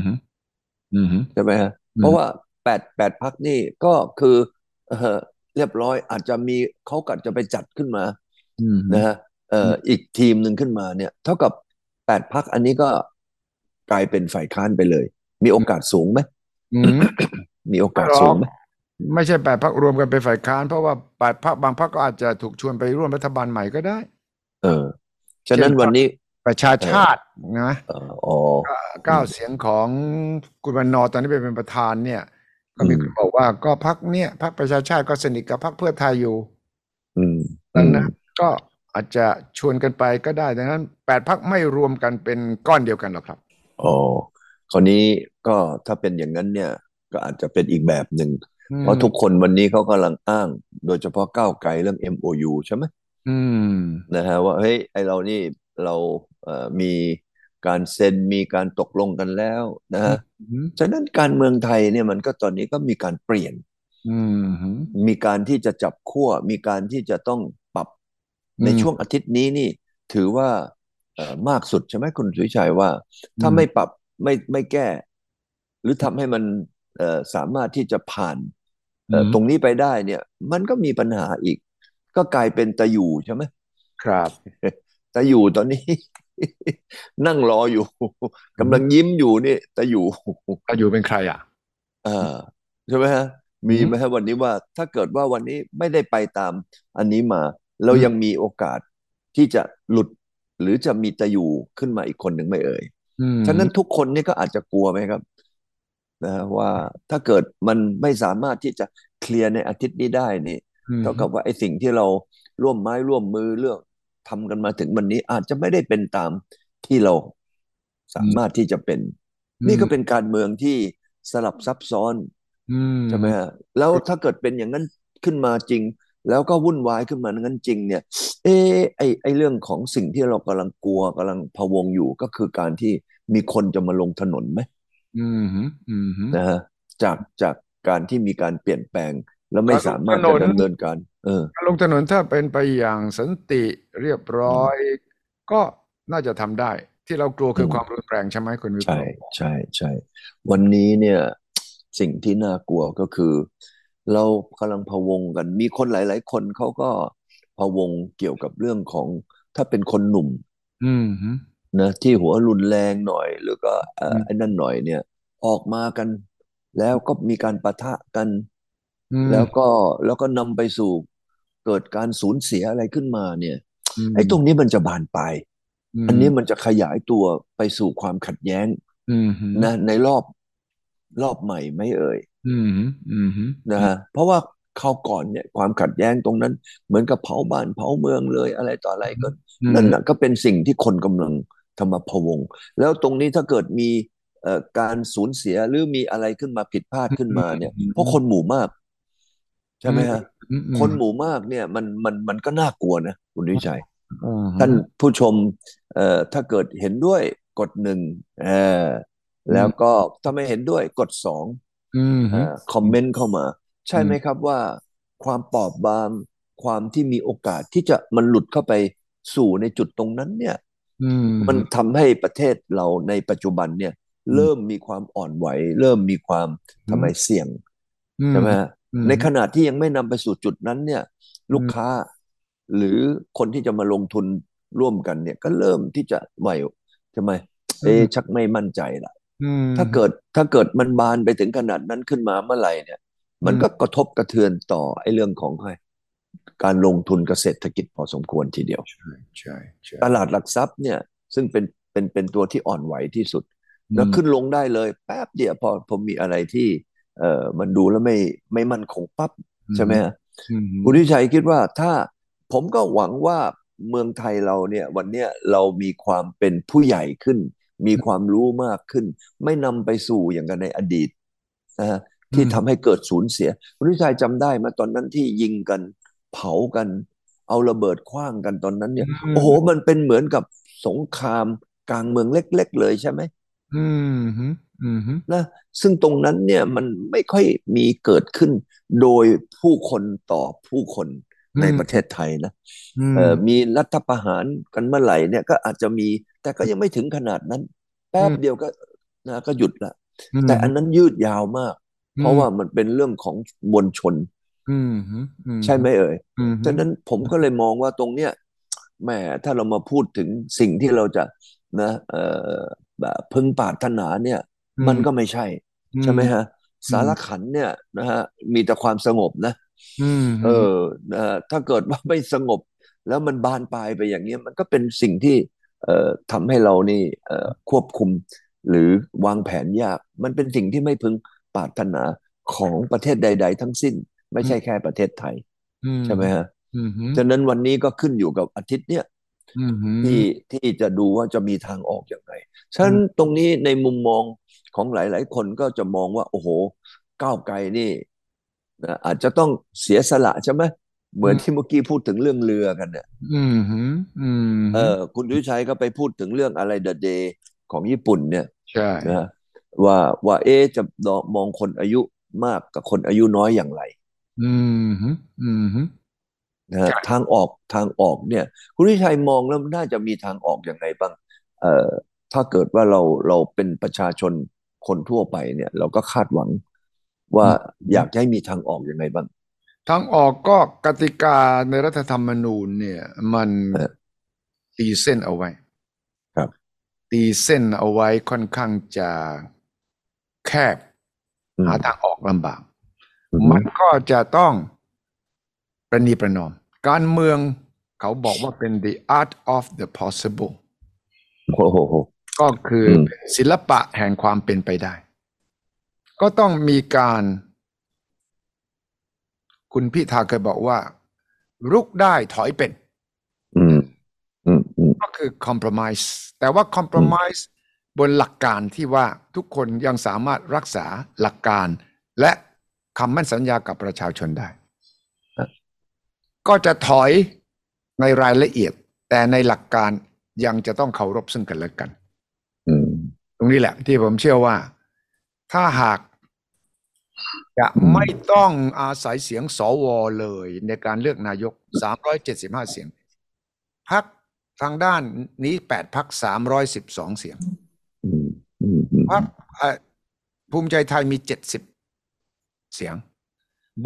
A: อืม
B: ใช่ไหมฮะ
A: อืม
B: เพราะว่าแปดแปดพักนี่ก็คือ เออเรียบร้อยอาจจะมีเขากัดจะไปจัดขึ้นมา
A: อืม
B: นะฮะเอ่อออีกทีมหนึ่งขึ้นมาเนี่ย เท่ากับแปดพรรคอันนี้ก็กลายเป็นฝ่ายค้านไปเลย มีโอกาสสูงไหม
A: อืม
B: มีโอกาส
A: ไม่หรอก
B: สูงไหม
A: ไม่ใช่แปดพักรวมกันเป็นฝ่ายค้าน เพราะว่าแปดพักบางพักก็อาจจะถูกชวนไปร่วมรัฐบาลใหม่ก็ได้
B: เออ ฉะนั้นวันนี้
A: ประชาชาตินะ
B: เอ่ออ๋อ
A: เก้าเสียงของคุณวันนอร์ตอนนี้เป็นประธานเนี่ย ก็มี
B: อืม
A: คนบอกว่าก็พักเนี่ยพักประชาชาติก็สนิทกับพักเพื่อไทยอยู่
B: อืม
A: ดั
B: อื
A: ง
B: ม
A: นั้นก็อาจจะชวนกันไปก็ได้ ดังนั้นแปดพักไม่รวมกันเป็นก้อนเดียวกันหรอกครับ
B: อ๋อคราวนี้ก็ถ้าเป็นอย่างนั้นเนี่ย ก็อาจจะเป็นอีกแบบหนึ่ง
A: อืม
B: เพราะทุกคนวันนี้เขากำลังอ้าง โดยเฉพาะก้าวไกลเรื่อง MOU ใช่ไหม
A: อืม
B: นะฮะว่าเฮ้ยไอเรานี่เราเอ่อมีการเซ็นมีการตกลงกันแล้วนะฮะ
A: อืม
B: ฉะนั้นการเมืองไทยเนี่ยมันก็ตอนนี้ก็มีการเปลี่ยน
A: อืม
B: มีการที่จะจับขั้วมีการที่จะต้องปรับ
A: อืม
B: ในช่วงอาทิตย์นี้นี่ ถือว่าเอ่อมากสุดใช่ไหมคุณสุวิชัยว่า ถ้า
A: อืม
B: ไม่ปรับไม่ไม่แก้ หรือทำให้มันเอ่อสามารถที่จะผ่านเอ่อตรงนี้ไปได้เนี่ย มันก็มีปัญหาอีก ก็กลายเป็นตะอยู่ใช่ไหม
A: ครับ
B: ตาอยู่ตอนนี้ นั่งรออยู่ กำลังยิ้มอยู่นี่ตาอยู่
A: ถ้าอยู่เป็นใครอ่ะ
B: เออใช่ไหมฮะ
A: อื
B: มี
A: อฮึ
B: ไหมฮะวันนี้ว่าถ้าเกิดว่าวันนี้ไม่ได้ไปตามอันนี้มา เรา
A: อืม
B: ยังมีโอกาสที่จะหลุด หรือจะมีตาอยู่ขึ้นมาอีกคนหนึ่งไหม่เอ่ย
A: อืม
B: ฉะนั้นทุกคนนี่ก็อาจจะกลัวไหมครับนะฮะว่าถ้าเกิดมันไม่สามารถที่จะเคลียร์ในอาทิตย์นี้ได้นี่
A: อืม
B: เท่ากับว่าไอ้สิ่งที่เราร่วมไม้ร่วมมือเลือกทำกันมาถึงวันนี้อาจจะไม่ได้เป็นตามที่เราสามารถที่จะเป็น นี่ก็เป็นการเมืองที่สลับซับซ้อน
A: อืม
B: ใช่ไหมฮะแล้วถ้าเกิดเป็นอย่างนั้นขึ้นมาจริง แล้วก็วุ่นวายขึ้นมางั้นจริง เนี่ย เอะไอ้ไอ้เรื่องของสิ่งที่เรากำลังกลัวกำลังพะวงอยู่ก็คือการที่มีคนจะมาลงถนนไหม
A: อืมฮึอืมฮึ
B: นะฮะจากจากการที่มีการเปลี่ยนแปลง แล้วไม่สามารถจะดำเนินการ เออ
A: การลงถนนถ้าเป็นไปอย่างสันติเรียบร้อย ก็น่าจะทำได้ ที่เรากลัวคือ
B: ม
A: ความรุนแรงใช่ไหมคุณวิกร
B: ใช่
A: ม
B: ใช่ใช่ วันนี้เนี่ย สิ่งที่น่ากลัวก็คือ เรากำลังพะวงกัน มีคนหลาย ๆ คนเขาก็พะวงเกี่ยวกับเรื่องของ ถ้าเป็นคนหนุ่ม
A: อืมฮึ
B: นะที่หัวรุนแรงหน่อย หรือก็เอ่อ
A: อืม
B: ไอ้นั่นหน่อยเนี่ย ออกมากัน แล้วก็มีการปะทะกัน
A: อืม
B: แล้วก็แล้วก็นำไปสู่เกิดการสูญเสียอะไรขึ้นมาเนี่ย
A: ม
B: ไอ้ตรงนี้มันจะบานปลาย
A: ม
B: อันนี้มันจะขยายตัวไปสู่ความขัดแย้ง
A: อืมฮึ
B: นะในรอบรอบใหม่ไหม่เอ่ย
A: อืมฮึอืมฮึ
B: นะฮะเพราะว่าคราวก่อนเนี่ยความขัดแย้งตรงนั้น เหมือนกับเผาบ้านเผาเมืองเลยอะไรต่ออะไรก็
A: อืม
B: นั่นนะก็เป็นสิ่งที่คนกำลังทำมาพะวง แล้วตรงนี้ถ้าเกิดมีเอ่อการสูญเสียหรือมีอะไรขึ้นมาผิดพลาดขึ้นมาเนี่ยเพราะคนหมู่มาก ใช่ไหมฮะ
A: อืมอืม
B: คนหมู่มากเนี่ยมันมันมันก็น่ากลัวนะคุณวิชัย
A: อืม
B: ท่านผู้ชมเอ่อถ้าเกิดเห็นด้วยกดหนึ่งเอ่อ
A: อืม
B: แล้วก็ถ้าไม่เห็นด้วยกดสอง
A: อืมฮึ
B: เอ่อคอมเมนต์เข้ามา ใช่ไหมครับว่า ความเปราะบางความที่มีโอกาสที่จะมันหลุดเข้าไปสู่ในจุดตรงนั้นเนี่ย
A: อืม
B: มันทำให้ประเทศเราในปัจจุบันเนี่ย เริ่มมีความอ่อนไหว เริ่มมีความทำไมเสี่ยง
A: อืม
B: ใช่ไหมฮะ
A: อืม
B: ในขณะที่ยังไม่นำไปสู่จุดนั้นเนี่ย ลูกค้า หรือคนที่จะมาลงทุนร่วมกันเนี่ย ก็เริ่มที่จะไหวทำไม เอ๊ะชักไม่มั่นใจละ
A: อืม
B: ถ้าเกิดถ้าเกิดมันบานไปถึงขนาดนั้นขึ้นมาเมื่อไหร่เนี่ย มัน
A: อืม
B: ก็กระทบกระเทือนต่อไอ้เรื่องของการลงทุนกับเศรษฐกิจพอสมควรทีเดียว
A: ใช่ใช่
B: ตลาดหลักทรัพย์เนี่ยซึ่งเป็นเป็นเป็นตัวที่อ่อนไหวที่สุด
A: อืม
B: แล้วขึ้นลงได้เลยแป๊บเดียวพอผมมีอะไรที่เออมันดูแล้วไม่ไม่มั่นคงปั๊บใช่ไหมฮะ
A: อืม
B: คุณทิชัยคิดว่าถ้าผมก็หวังว่าเมืองไทยเราเนี่ย วันเนี้ยเรามีความเป็นผู้ใหญ่ขึ้น มีความรู้มากขึ้น ไม่นำไปสู่อย่างกันในอดีตนะฮะที่ทำให้เกิดสูญเสีย คุณทิชัยจำได้ไหมตอนนั้นที่ยิงกันเผากัน เอาระเบิดขว้างกันตอนนั้นเนี่ย โอ้โหมันเป็นเหมือนกับสงครามกลางเมืองเล็ก ๆ เลยใช่ไหม
A: อืมอืมอืมอืม
B: นะซึ่งตรงนั้นเนี่ยมันไม่ค่อยมีเกิดขึ้นโดยผู้คนต่อผู้คน
A: อืม
B: ในประเทศไทยนะ
A: อืม
B: เอ่อมีรัฐประหารกันเมื่อไหร่เนี่ยก็อาจจะมีแต่ก็ยังไม่ถึงขนาดนั้น แป๊บ
A: อืม
B: เดียวก็นะก็หยุดละ แต่อันนั้นยืดยาวมาก เพราะว่ามันเป็นเรื่องของมวลชน
A: อืมอืมอื
B: ใช่ไหมเอ่ย
A: อืม
B: ฉะนั้นผมก็เลยมองว่าตรงเนี้ยแหมถ้าเรามาพูดถึงสิ่งที่เราจะนะเอ่อแบบพึงปรารถนาเนี่ย
A: อืม
B: มันก็ไม่ใช่ ใช่ไหมฮะ
A: ม
B: สารขันเนี่ยนะฮะมีแต่ความสงบนะ
A: อืม
B: เออนะฮะถ้าเกิดว่าไม่สงบ แล้วมันบานปลายไปอย่างเงี้ยมันก็เป็นสิ่งที่เอ่อทำให้เรานี่เอ่อควบคุม หรือวางแผนยาก มันเป็นสิ่งที่ไม่พึงปรารถนาของประเทศใด ๆ ทั้งสิ้น ไม่ใช่แค่ประเทศไทย
A: อื
B: ใช่ไหมฮะ
A: อืมอืม
B: ฉะนั้นวันนี้ก็ขึ้นอยู่กับอาทิตย์เนี่ย
A: อืม
B: ที่ที่จะดูว่าจะมีทางออกอย่างไร ฉะนั้นตรงนี้ในมุมมองของหลาย ๆ คนก็จะมองว่า โอ้โห ก้าวไกลนี่นะอาจจะต้องเสียสละใช่ไหมเหมือน
A: อืม
B: ที่เมื่อกี้พูดถึงเรื่องเรือกันเนี่ย
A: อืมอืม
B: เออคุณดุชัยก็ไปพูดถึงเรื่องอะไรเดอะเดย์ของญี่ปุ่นเนี่ย
A: ใช่
B: นะว่าว่าเอ๊ะจะมองคนอายุมากกับคนอายุน้อยอย่างไร
A: อืมอืม
B: นะฮะ
A: ใช่
B: ทางออกทางออกเนี่ยคุณวิชัยมองแล้วน่าจะมีทางออกอย่างไรบ้างเอ่อถ้าเกิดว่าเราเราเป็นประชาชนคนทั่วไปเนี่ย เราก็คาดหวัง ว่าอยากจะให้มีทางออกอย่างไรบ้าง
A: ทางออกก็กติกาในรัฐธรรมนูญเนี่ย มัน
B: เออ
A: ตีเส้นเอาไว้
B: ครับ
A: ตีเส้นเอาไว้ค่อนข้างจะแคบ
B: อืม
A: หาทางออกลำบาก
B: อืม
A: มันก็จะต้องประนีประนอม การเมืองเขาบอกว่าเป็น the art of the possible
B: โอ้โหโห
A: ก็คืออ
B: ม
A: เป็นศิลปะแห่งความเป็นไปได้ ก็ต้องมีการ คุณพิธาเคยบอกว่า รุกได้ถอยเป็น
B: อืมอืมอืม
A: ก็คือ compromise แต่ว่า compromise บนหลักการที่ว่าทุกคนยังสามารถรักษาหลักการ และคำมั่นสัญญากับประชาชนได้
B: ครับ
A: ก็จะถอยในรายละเอียด แต่ในหลักการยังจะต้องเคารพซึ่งกันและกัน
B: อืม
A: ตรงนี้แหละที่ผมเชื่อว่า ถ้าหากจะ
B: อืม
A: ไม่ต้องอาศัยเสียงสวเลย ในการเลือกนายก 375 เสียง พักทางด้านนี้ 8 พัก 312 เสียง
B: อืมอืมอืม
A: พักภูมิใจไทยมี 70 เสียง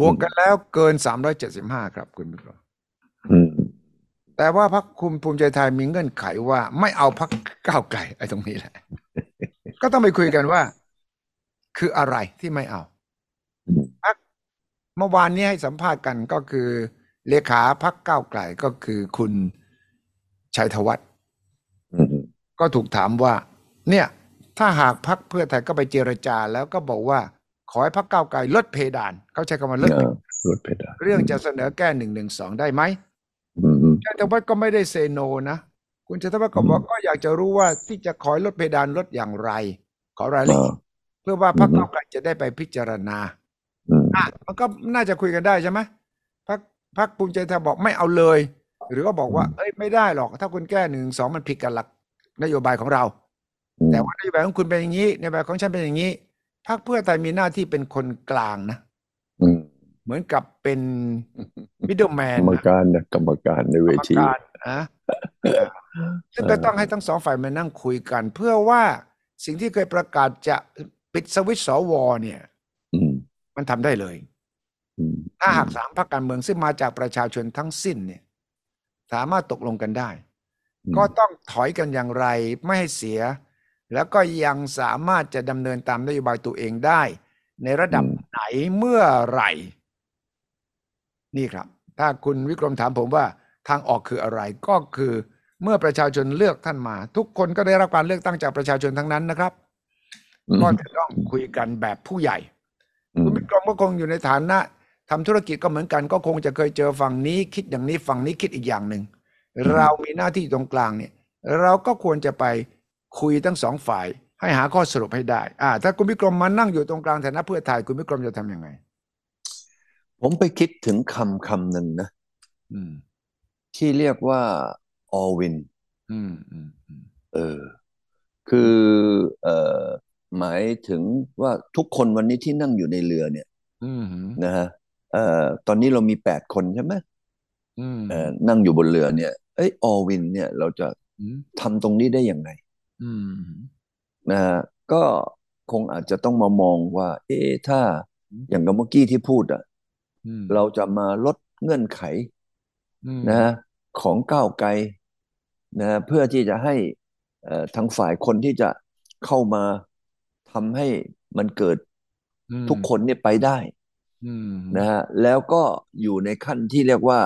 A: บวกกันแล้วเกิน 375 ครับคุณผู้ชม
B: อืม
A: แต่ว่าพักคุมภูมิใจไทยมีเงื่อนไขว่าไม่เอาพักก้าวไกลไอ้ตรงนี้แหละ ก็ต้องไปคุยกันว่า คืออะไรที่ไม่เอา
B: อืม
A: พักเมื่อวานนี้ให้สัมภาษณ์กันก็คือ เลขาพักก้าวไกลก็คือคุณชัยธวัฒน์
B: อืม
A: ก็ถูกถามว่า เนี่ย ถ้าหากพักเพื่อไทยก็ไปเจรจา แล้วก็บอกว่า ขอให้พักก้าวไกลลดเพดาน เขาใช้คำว่าลดเพ
B: เออ
A: ดาน
B: ลดเพดาน
A: เรื่องจะเสนอแก้หนึ่งหนึ่งสองได้ไหม
B: อืมอืม
A: ชัยธวัฒน์ก็ไม่ได้เซโนนะคุณชัยธวัฒน์ก็บอกก็อยากจะรู้ว่าที่จะขอให้ลดเพดานลดอย่างไร ขอรายละเอียด เพื่อว่าพรรค
B: อืม
A: เก้าวไกลจะได้ไปพิจารณา
B: อืม
A: อ่ะมันก็น่าจะคุยกันได้ใช่ไหมพรรคพรรคภูมิใจไทยบอกไม่เอาเลย หรือก็บอกว่า เอ้ยไม่ได้หรอก ถ้าคุณแก้หนึ่งสองมันผิดกับหลักนโยบายของเรา
B: อืม
A: แต่ว่านโยบายของคุณเป็นอย่างนี้นโยบายของฉันเป็นอย่างนี้พรรคเพื่อไทยมีหน้าที่เป็นคนกลางนะ
B: อืม
A: เหมือนกับ เป็นมิดเดิลแม
B: ก
A: น
B: รรมการนะกรรมการในเวที
A: การ นะซึ่งก็ต้องให้ทั้งสองฝ่ายมานั่งคุยกัน เพื่อว่าสิ่งที่เคยประกาศจะปิดสวิตช์สวเนี่ย
B: อืม
A: มันทำได้เลย
B: อืม
A: ถ้าหากสามพรรคการเมืองซึ่งมาจากประชาชนทั้งสิ้นเนี่ย สามารถตกลงกันได้
B: อืม
A: ก็ต้องถอยกันอย่างไร ไม่ให้เสีย แล้วก็ยังสามารถจะดำเนินตามนโยบายตัวเองได้ ในระดับ
B: อืม
A: ไหนเมื่อไหร่ นี่ครับ ถ้าคุณวิกรมถามผมว่าทางออกคืออะไรก็คือ เมื่อประชาชนเลือกท่านมา ทุกคนก็ได้รับการเลือกตั้งจากประชาชนทั้งนั้นนะครับ
B: อืม
A: ก็จะต้องคุยกันแบบผู้ใหญ่
B: อื
A: คุณ
B: ม
A: วิกรมก็คงอยู่ในฐานะทำธุรกิจก็เหมือนกัน ก็คงจะเคยเจอฝั่งนี้คิดอย่างนี้ฝั่งนี้คิดอีกอย่างหนึ่งเรามีหน้าที่ตรงกลางเนี่ย เราก็ควรจะไปคุยทั้งสองฝ่าย ให้หาข้อสรุปให้ได้ อ่า ถ้าคุณวิกรมมานั่งอยู่ตรงกลางฐานะเพื่อไทยคุณวิกรมจะทำยังไง
B: ผมไปคิดถึงคำคำหนึ่งนะ
A: อืม
B: ที่เรียกว่า all win
A: อืมอืมอืม
B: เออ คือเอ่อหมายถึงว่าทุกคนวันนี้ที่นั่งอยู่ในเรือเนี่ย
A: อืม
B: นะฮะเอ่อตอนนี้เรามีแปดคนใช่ไหม
A: อืม
B: เอ่อนั่งอยู่บนเรือเนี่ยเอ้ย all win เนี่ยเราจะ
A: อืม
B: ทำตรงนี้ได้ยังไง
A: อืม
B: นะฮะก็คงอาจจะต้องมามองว่า เอ๊ะถ้าอย่างกับเมื่อกี้ที่พูดอ่ะ
A: อืม
B: เราจะมาลดเงื่อนไข
A: อืม
B: นะฮะของก้าวไกลนะฮะเพื่อที่จะให้เอ่อทางฝ่ายคนที่จะเข้ามาทำให้มันเกิด
A: อืม
B: ทุกคนเนี่ยไปได้
A: อืม
B: นะฮะแล้วก็อยู่ในขั้นที่เรียกว่า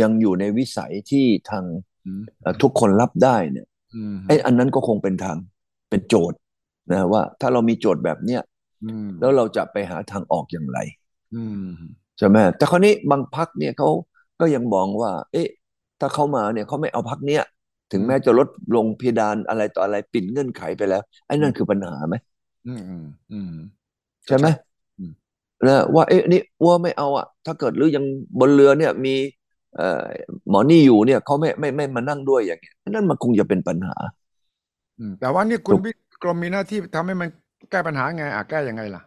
B: ยังอยู่ในวิสัยที่ทาง
A: อืม
B: เอ่อทุกคนรับได้เนี่ย
A: อืม
B: ไอ้อันนั้นก็คงเป็นทางเป็นโจทย์นะว่าถ้าเรามีโจทย์แบบเนี้ย
A: อืม
B: แล้วเราจะไปหาทางออกอย่างไร
A: อืม
B: ใช่ไหมแต่คราวนี้บางพักเนี่ยเขาก็ยังมองว่า เอ๊ะ ถ้าเขามาเนี่ยเขาไม่เอาพักเนี้ยถึงแม้จะลดลงเพดานอะไรต่ออะไรปิดเงื่อนไขไปแล้วไอ้นั่นคือปัญหาไหม
A: อืมอืมอืม
B: ใช่ไหม
A: อืม
B: แล้วว่าเอ๊ะนี่ว่าไม่เอาอ่ะ ถ้าเกิดหรือยังบนเรือเนี่ยมีเอ่อหมอนี่อยู่เนี่ยเขาไม่ไม่ไม่มานั่งด้วยอย่างเงี้ยนั่นมันคงจะเป็นปัญหา
A: อืมแต่ว่านี่คุ
B: ถู
A: ณ
B: ก
A: วิกรมมีหน้าที่ทำให้มันแก้ปัญหาไงอ่ะแก้ยังไงล่ะ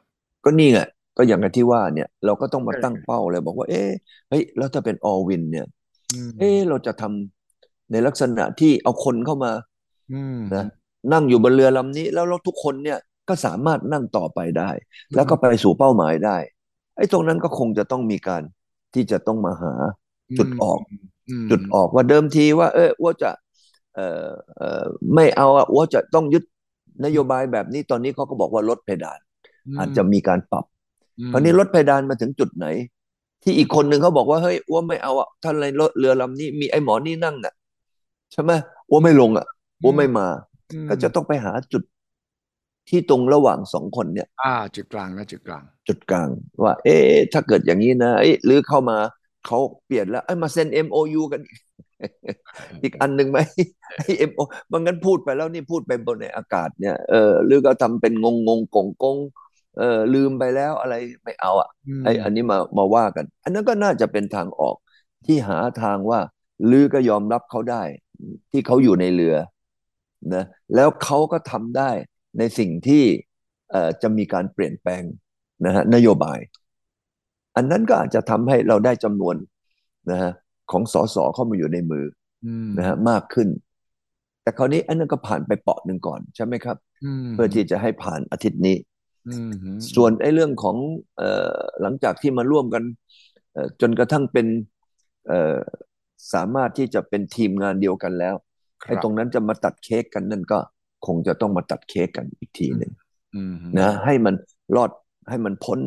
B: ก็นี่ไงก็อย่างกับที่ว่าเนี่ยเราก็ต้องมา
A: ใช่
B: ตั้งเป้าเลยบอกว่า เอ๊ะเฮ้ยแล้วถ้าเป็น all win เนี่ย
A: อืม
B: เอ๊ะเราจะทำในลักษณะที่เอาคนเข้ามา
A: อืม
B: นะนั่งอยู่บนเรือลำนี้ แล้วเราทุกคนเนี่ยก็สามารถนั่งต่อไปได้ แล้วก็ไปสู่เป้าหมายได้ไอ้ตรงนั้นก็คงจะต้องมีการที่จะต้องมาหา จุดออก
A: ม
B: จุดออกว่าเดิมทีว่า เออว่าจะ เออเออไม่เอาอะว่าจะต้องยึดนโยบายแบบนี้ตอนนี้เขาก็บอกว่าลดเพดาน
A: ม
B: อาจจะมีการปรับ
A: อืม
B: คราวนี้ลดเพดานมาถึงจุดไหน ที่อีกคนหนึ่งเขาบอกว่าเฮ้ยอ้ว่าไม่เอาอ่ะถ้าในรถเรือลำนี้มีไอ้หมอนี่นั่งน่ะใช่ไหมอ้ว่าไม่ลงอ่ะอ้ว่าไม่มา
A: อืม
B: ก็จะต้องไปหาจุดที่ตรงระหว่างสองคนเนี่ย
A: อ่า จุดกลางนะจุดกลาง
B: จุดกลาง ว่า เอ๊ะถ้าเกิดอย่างนี้นะเอ๊ะหรือเข้ามาเขาเปลี่ยนแล้วเอ้ยมาเซ็น MOU กัน อีกอันหนึ่งไหม ไอ้ MO บางงั้นพูดไปแล้วนี่พูดไปบนในอากาศเนี่ยเออหรือก็ทำเป็นงงงงกงกงๆเออลืมไปแล้วอะไรไม่เอาอ่ะ ไอ้อันนี้มามาว่ากัน อันนั้นก็น่าจะเป็นทางออกที่หาทางว่าลือก็ยอมรับเขาได้ ที่เขาอยู่ในเรือนะแล้วเขาก็ทำได้ในสิ่งที่เอ่อจะมีการเปลี่ยนแปลงนะฮะนโยบาย อันนั้นก็อาจจะทำให้เราได้จำนวนนะฮะของสสเข้ามาอยู่ในมือ
A: อืม
B: นะฮะมากขึ้น แต่คราวนี้อันนั้นก็ผ่านไปเปาะหนึ่งก่อนใช่ไหมครับ
A: ม
B: เพื่อที่จะให้ผ่านอาทิตย์นี้
A: อืมอืม
B: ส่วนไอ้เรื่องของเอ่อหลังจากที่มาร่วมกันเอ่อจนกระทั่งเป็นเอ่อสามารถที่จะเป็นทีมงานเดียวกันแล้ว
A: ค
B: ไอ้
A: บ
B: ตรงนั้นจะมาตัดเค้กกันนั่นก็คงจะต้องมาตัดเค้กกันอีกทีหนึ่ง
A: อืม
B: นะให้มันรอดให้มันพ้น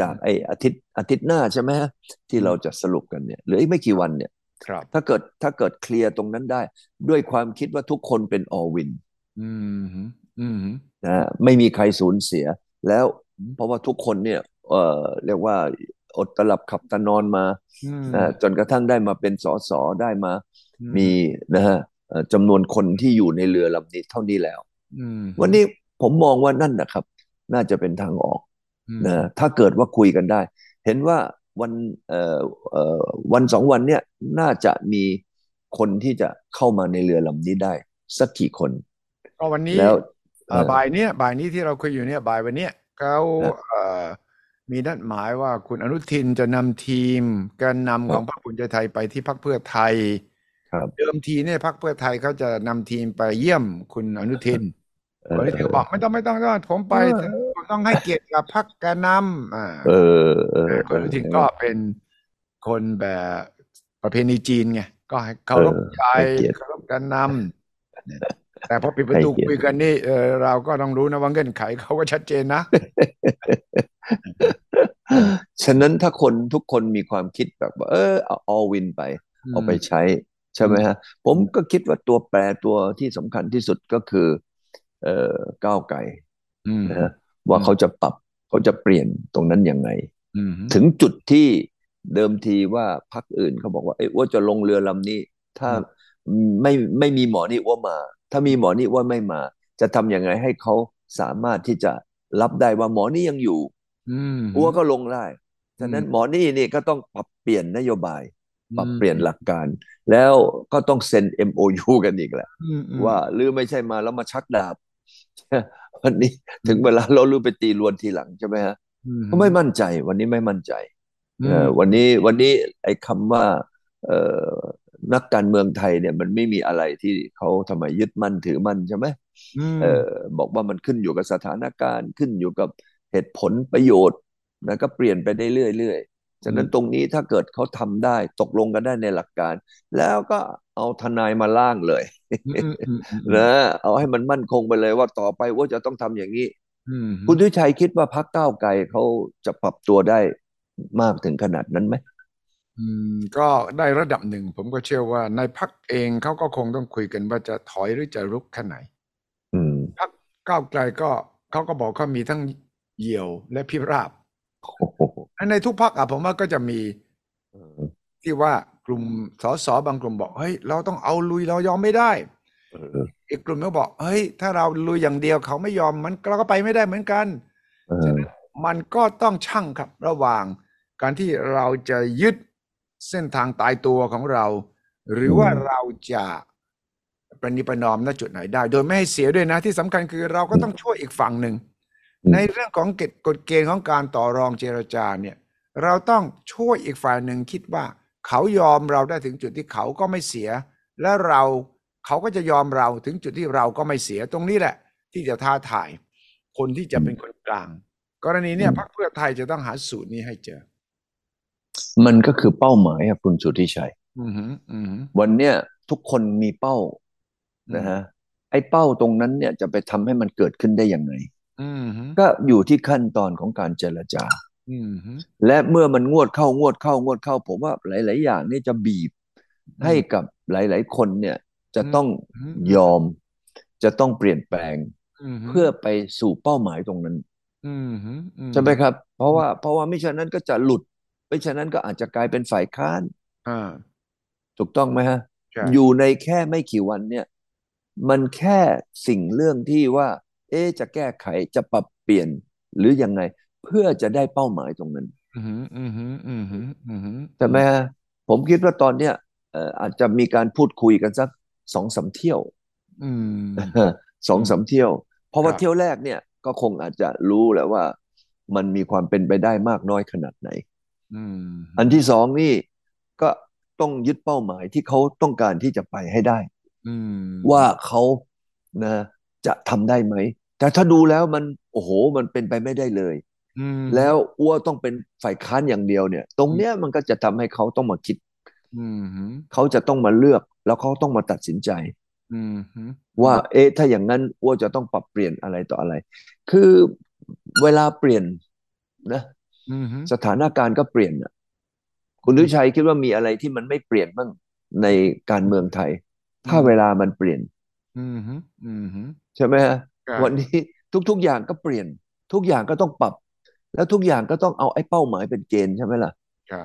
B: จากไอ้อาทิตย์อาทิตย์หน้าใช่ไหมฮะที่เราจะสรุปกันเนี่ยเหลืออีกไม่กี่วันเนี่ย
A: ครับ
B: ถ้าเกิดถ้าเกิดเคลียร์ตรงนั้นได้ ด้วยความคิดว่าทุกคนเป็น all win
A: อืมอืมอืม
B: นะฮะไม่มีใครสูญเสียแล้ว
A: อืม
B: เพราะว่าทุกคนเนี่ยเอ่อเรียกว่าอดตลับขับตานอนมา
A: อืม
B: นะฮะจนกระทั่งได้มาเป็นสสได้มา
A: อื
B: มีนะฮะเอ่อจำนวนคนที่อยู่ในเรือลำนี้เท่านี้แล้ว
A: อืม
B: วันนี้ผมมองว่านั่นนะครับ น่าจะเป็นทางออก
A: อืม
B: นะฮะถ้าเกิดว่าคุยกันได้ เห็นว่าวันเอ่อเอ่อวันสองวันเนี่ยน่าจะมีคนที่จะเข้ามาในเรือลำนี้ได้ สักกี่คน
A: ก็วันนี้
B: แล้ว
A: เอ่อ
B: เอ่อ
A: บ่ายเนี้ยบ่ายนี้ที่เราคุยอยู่เนี่ยบ่ายวันเนี้ยเขา
B: ครับ
A: เอ่อมีนัดหมายว่าคุณอนุทินจะนำทีมแการนำของพรรคภูมิใจไทยไปที่พรรคเพื่อไทย
B: ครับ
A: เดิมทีเนี่ยพรรคเพื่อไทยเขาจะนำทีมไปเยี่ยมคุณอนุทิน
B: เอ่อ
A: คุณอนุทินก็บอกไม่ต้องไม่ต้องไม่ต้องผมไป
B: เออ
A: ผมต้องให้เกียรติกับพรรคแกนนำอ่า
B: เออเออ
A: คุณอนุทินก็เป็นคนแบบประเพณีจีนไงก็ให้เคารพใจ
B: ให้เกียรติ
A: เคารพแกนนำ แต่พอปิดประตู
B: ใกล้เคียง
A: คุยกันนี่เออเราก็ต้องรู้นะว่าเงื่อนไขเขาก็ชัดเจนนะ
B: ฉะนั้นถ้าคนทุกคนมีความคิดแบบว่าเออเอา all win ไป เอาไปใช้ใช่ไหมฮะ ผมก็คิดว่าตัวแปรตัวที่สำคัญที่สุดก็คือ เอ่อก้าวไกล
A: อืม
B: นะฮะว่าเขาจะปรับเขาจะเปลี่ยนตรงนั้นยังไง
A: อืม
B: ถึงจุดที่เดิมทีว่าพรรคอื่นเขาบอกว่าเอ้ยอ้ว่าจะลงเรือลำนี้ ถ้าไม่ไม่มีหมอนี่อ้ว่ามา ถ้ามีหมอนี่อ้ว่าไม่มา จะทำยังไงให้เขาสามารถที่จะรับได้ว่าหมอนี่ยังอยู่
A: อืม
B: อ้ว่าก็ลงได้ฉะนั้น
A: อืม
B: หมอนี่นี่ก็ต้องปรับเปลี่ยนนโยบาย ปรับเปลี่ยน
A: อื
B: หลักการ แล้วก็ต้องเซ็น MOU กันอีกแหละ
A: มอืม
B: ว่าหรือไม่ใช่มาแล้วมาชักดาบ วันนี้ถึงเวลาเราลือไปตีรวนทีหลังใช่ไหมฮะ
A: อื
B: ก็ไม่มั่นใจ วันนี้ไม่มั่นใจ
A: อื
B: เอ่อ
A: ม
B: วันนี้วันนี้ไอ้คำว่าเอ่อนักการเมืองไทยเนี่ย มันไม่มีอะไรที่เขาทำไมยึดมั่นถือมั่นใช่ไหม
A: ม
B: เอ่อบอกว่ามันขึ้นอยู่กับสถานการณ์ขึ้นอยู่กับเหตุผลประโยชน์นะก็เปลี่ยนไปได้เรื่อยๆฉะนั้นตรงนี้ถ้าเกิดเขาทำได้ตกลงกันได้ในหลักการ แล้วก็เอาทนายมาล่างเลย
A: อืมอืมอืม
B: นะเอาให้มันมั่นคงไปเลยว่าต่อไปว่าจะต้องทำอย่างนี้
A: อืม
B: คุณทุชัยคิดว่าพรรคก้าวไกลเขาจะปรับตัวได้มากถึงขนาดนั้นไหม
A: อืมก็ได้ระดับหนึ่ง ผมก็เชื่อว่าในพักเองเขาก็คงต้องคุยกันว่าจะถอยหรือจะรุกแค่ไหน
B: อืม
A: ก้าวไกลก็เขาก็บอกเขามีทั้งเหยี่ยวและพิราบ
B: โอ้โห
A: ในทุกพักอ่ะผมว่าก็จะมีที่ว่ากลุ่มสสบางกลุ่มบอกเฮ้ยเราต้องเอาลุยเรายอมไม่ได้
B: เออ
A: อีกกลุ่มก็บอกเฮ้ยถ้าเราลุยอย่างเดียวเขาไม่ยอมมันเราก็ไปไม่ได้เหมือนกัน
B: เออ
A: มันก็ต้องชั่งครับระหว่างการที่เราจะยึดเส้นทางตายตัวของเรา หรือ
B: อืม
A: ว่าเราจะประนีประนอมณจุดไหนได้ โดยไม่ให้เสียด้วยนะที่สำคัญคือเราก็ต้องช่วยอีกฝั่งหนึ่ง ในเรื่องของกฎกฎเกณฑ์ของการต่อรองเจรจาเนี่ย เราต้องช่วยอีกฝ่ายหนึ่งคิดว่า เขายอมเราได้ถึงจุดที่เขาก็ไม่เสีย และเราเขาก็จะยอมเราถึงจุดที่เราก็ไม่เสียตรงนี้แหละ ที่จะท้าทาย คนที่จะเป็นคนกลาง กรณีเนี่ย
B: อืม
A: พรรคเพื่อไทยจะต้องหาสูตรนี้ให้เจอ
B: มันก็คือเป้าหมายครับคุณสุทธิชัย
A: อือหืออือหือ
B: วันเนี้ยทุกคนมีเป้า
A: อืม
B: นะฮะไอ้เป้าตรงนั้นเนี่ยจะไปทำให้มันเกิดขึ้นได้ยังไง
A: อือหือ
B: ก็อยู่ที่ขั้นตอนของการเจรจา
A: อือหือ
B: และเมื่อมันงวดเข้างวดเข้างวดเข้า ผมว่าหลาย ๆ อย่างนี่จะบีบ
A: ม
B: ให้กับหลาย ๆ คนเนี่ยจะ
A: อืม
B: ต้อง
A: อืม
B: ยอม จะต้องเปลี่ยนแปลง
A: ม
B: เพื่อไปสู่เป้าหมายตรงนั้น
A: อืมอืมอื
B: ใช่ไหมครับ เพราะว่าเพราะว่าไม่ฉะนั้นก็จะหลุด ไม่ฉะนั้นก็อาจจะกลายเป็นฝ่ายค้าน
A: อ่า
B: ถูกต้องไหมฮะ
A: ใช่
B: อยู่ในแค่ไม่กี่วันเนี่ย มันแค่สิ่งเรื่องที่ว่า เอ๊ะจะแก้ไขจะปรับเปลี่ยนหรือยังไง เพื่อจะได้เป้าหมายตรงนั้น
A: อือหืออือหืออือหืออือหือ
B: ใช่ไหมฮะผมคิดว่าตอนเนี้ยเอ่ออาจจะมีการพูดคุยกันสักสองสามเที่ยว
A: อืม
B: สองสามเที่ยว เพราะว่า
A: ครับ
B: เที่ยวแรกเนี่ยก็คงอาจจะรู้แหละว่า มันมีความเป็นไปได้มากน้อยขนาดไหน
A: อืม
B: อันที่สองนี่ก็ต้องยึดเป้าหมายที่เขาต้องการที่จะไปให้ได้
A: อืม
B: ว่าเขานะจะทำได้ไหม แต่ถ้าดูแล้วมันโอ้โหมันเป็นไปไม่ได้เลย
A: อืม
B: แล้วอ้วต้องเป็นฝ่ายค้านอย่างเดียวเนี่ย ตรงเนี้ยมันก็จะทำให้เขาต้องมาคิด
A: อืมอืม
B: เขาจะต้องมาเลือกแล้วเขาต้องมาตัดสินใจ
A: อืมอืม
B: ว่า เอ๊ะถ้าอย่างนั้นอ้วจะต้องปรับเปลี่ยนอะไรต่ออะไร คือเวลาเปลี่ยนนะ
A: อืม
B: สถานการณ์ก็เปลี่ยนน่ะคุณดุชัยคิดว่ามีอะไรที่มันไม่เปลี่ยนบ้างในการเมืองไทย ถ้าเวลามันเปลี่ยน
A: อืมอืมอืม
B: ใช่ไหมฮะ
A: ครับ
B: วันนี้ทุก ๆ อย่างก็เปลี่ยน ทุกอย่างก็ต้องปรับ แล้วทุกอย่างก็ต้องเอาไอ้เป้าหมายเป็นเกณฑ์ใช่ไหมล่ะ
A: ใช่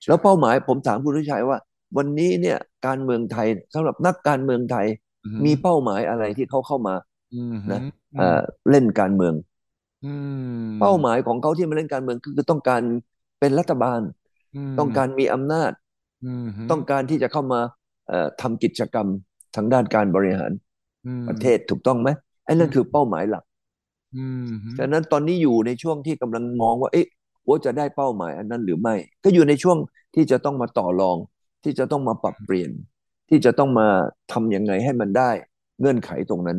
A: ใช่
B: แล้วเป้าหมายผมถามคุณดุชัยว่า วันนี้เนี่ย การเมืองไทยสำหรับนักการเมืองไทย
A: อื
B: มีเป้าหมายอะไรที่เขาเข้ามา
A: อืม
B: นะ
A: อื
B: เอ่
A: ม
B: อเล่นการเมือง
A: อืม
B: เป้าหมายของเขาที่มาเล่นการเมืองคือคือต้องการเป็นรัฐบาล
A: ม
B: ต้องการมีอำนาจ
A: อืม
B: ต้องการที่จะเข้ามาเอ่อทำกิจกรรมทางด้านการบริหาร
A: อืม
B: ประเทศถูกต้องไหมไอ้นั่น
A: อืม
B: คือเป้าหมายหลัก
A: อืม
B: ฉะนั้นตอนนี้อยู่ในช่วงที่กำลังมองว่าเอ๊ะว่าจะได้เป้าหมายอันนั้นหรือไม่ ก็อยู่ในช่วงที่จะต้องมาต่อรอง ที่จะต้องมาปรับเปลี่ยน ที่จะต้องมาทำยังไงให้มันได้เงื่อนไขตรงนั้น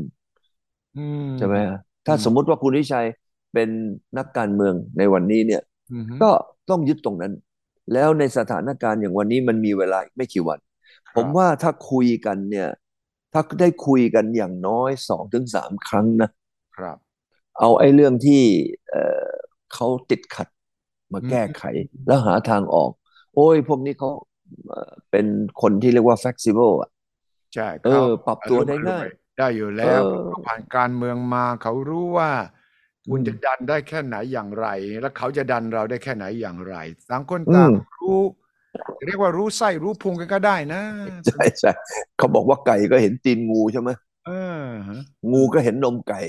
A: อืม
B: ใช่ไหมฮะถ้า
A: อืม
B: สมมุติว่าคุณวิชัยเป็นนักการเมืองในวันนี้เนี่ย
A: อืม
B: ก็ต้องยึดตรงนั้น แล้วในสถานการณ์อย่างวันนี้มันมีเวลาอีกไม่กี่วัน ผมว่าถ้าคุยกันเนี่ย ถ้าได้คุยกันอย่างน้อยสองถึงสามครั้งนะ
A: ครับ
B: เอาไอ้เรื่องที่เอ่อเขาติดขัดมาแก้ไข แล้วหาทางออก โอ้ย พวกนี้เขาเอ่อเป็นคนที่เรียกว่า flexible อ่ะ
A: ใช่
B: เอ
A: เขา
B: อ ปรับตัวได้ง่าย
A: ได้อยู่แล้ว
B: เออ
A: เขาผ่านการเมืองมาเขารู้ว่าคุณ
B: อืม
A: จะดันได้แค่ไหนอย่างไร และเขาจะดันเราได้แค่ไหนอย่างไรต่างคนต่าง
B: อืม
A: รู้เรียกว่ารู้ไส้รู้พุงกันก็ได้นะ
B: ใช่ใช่เขาบอกว่าไก่ก็เห็นตีนงูใช่ไหม
A: เออฮะ
B: งูก็เห็นนมไก่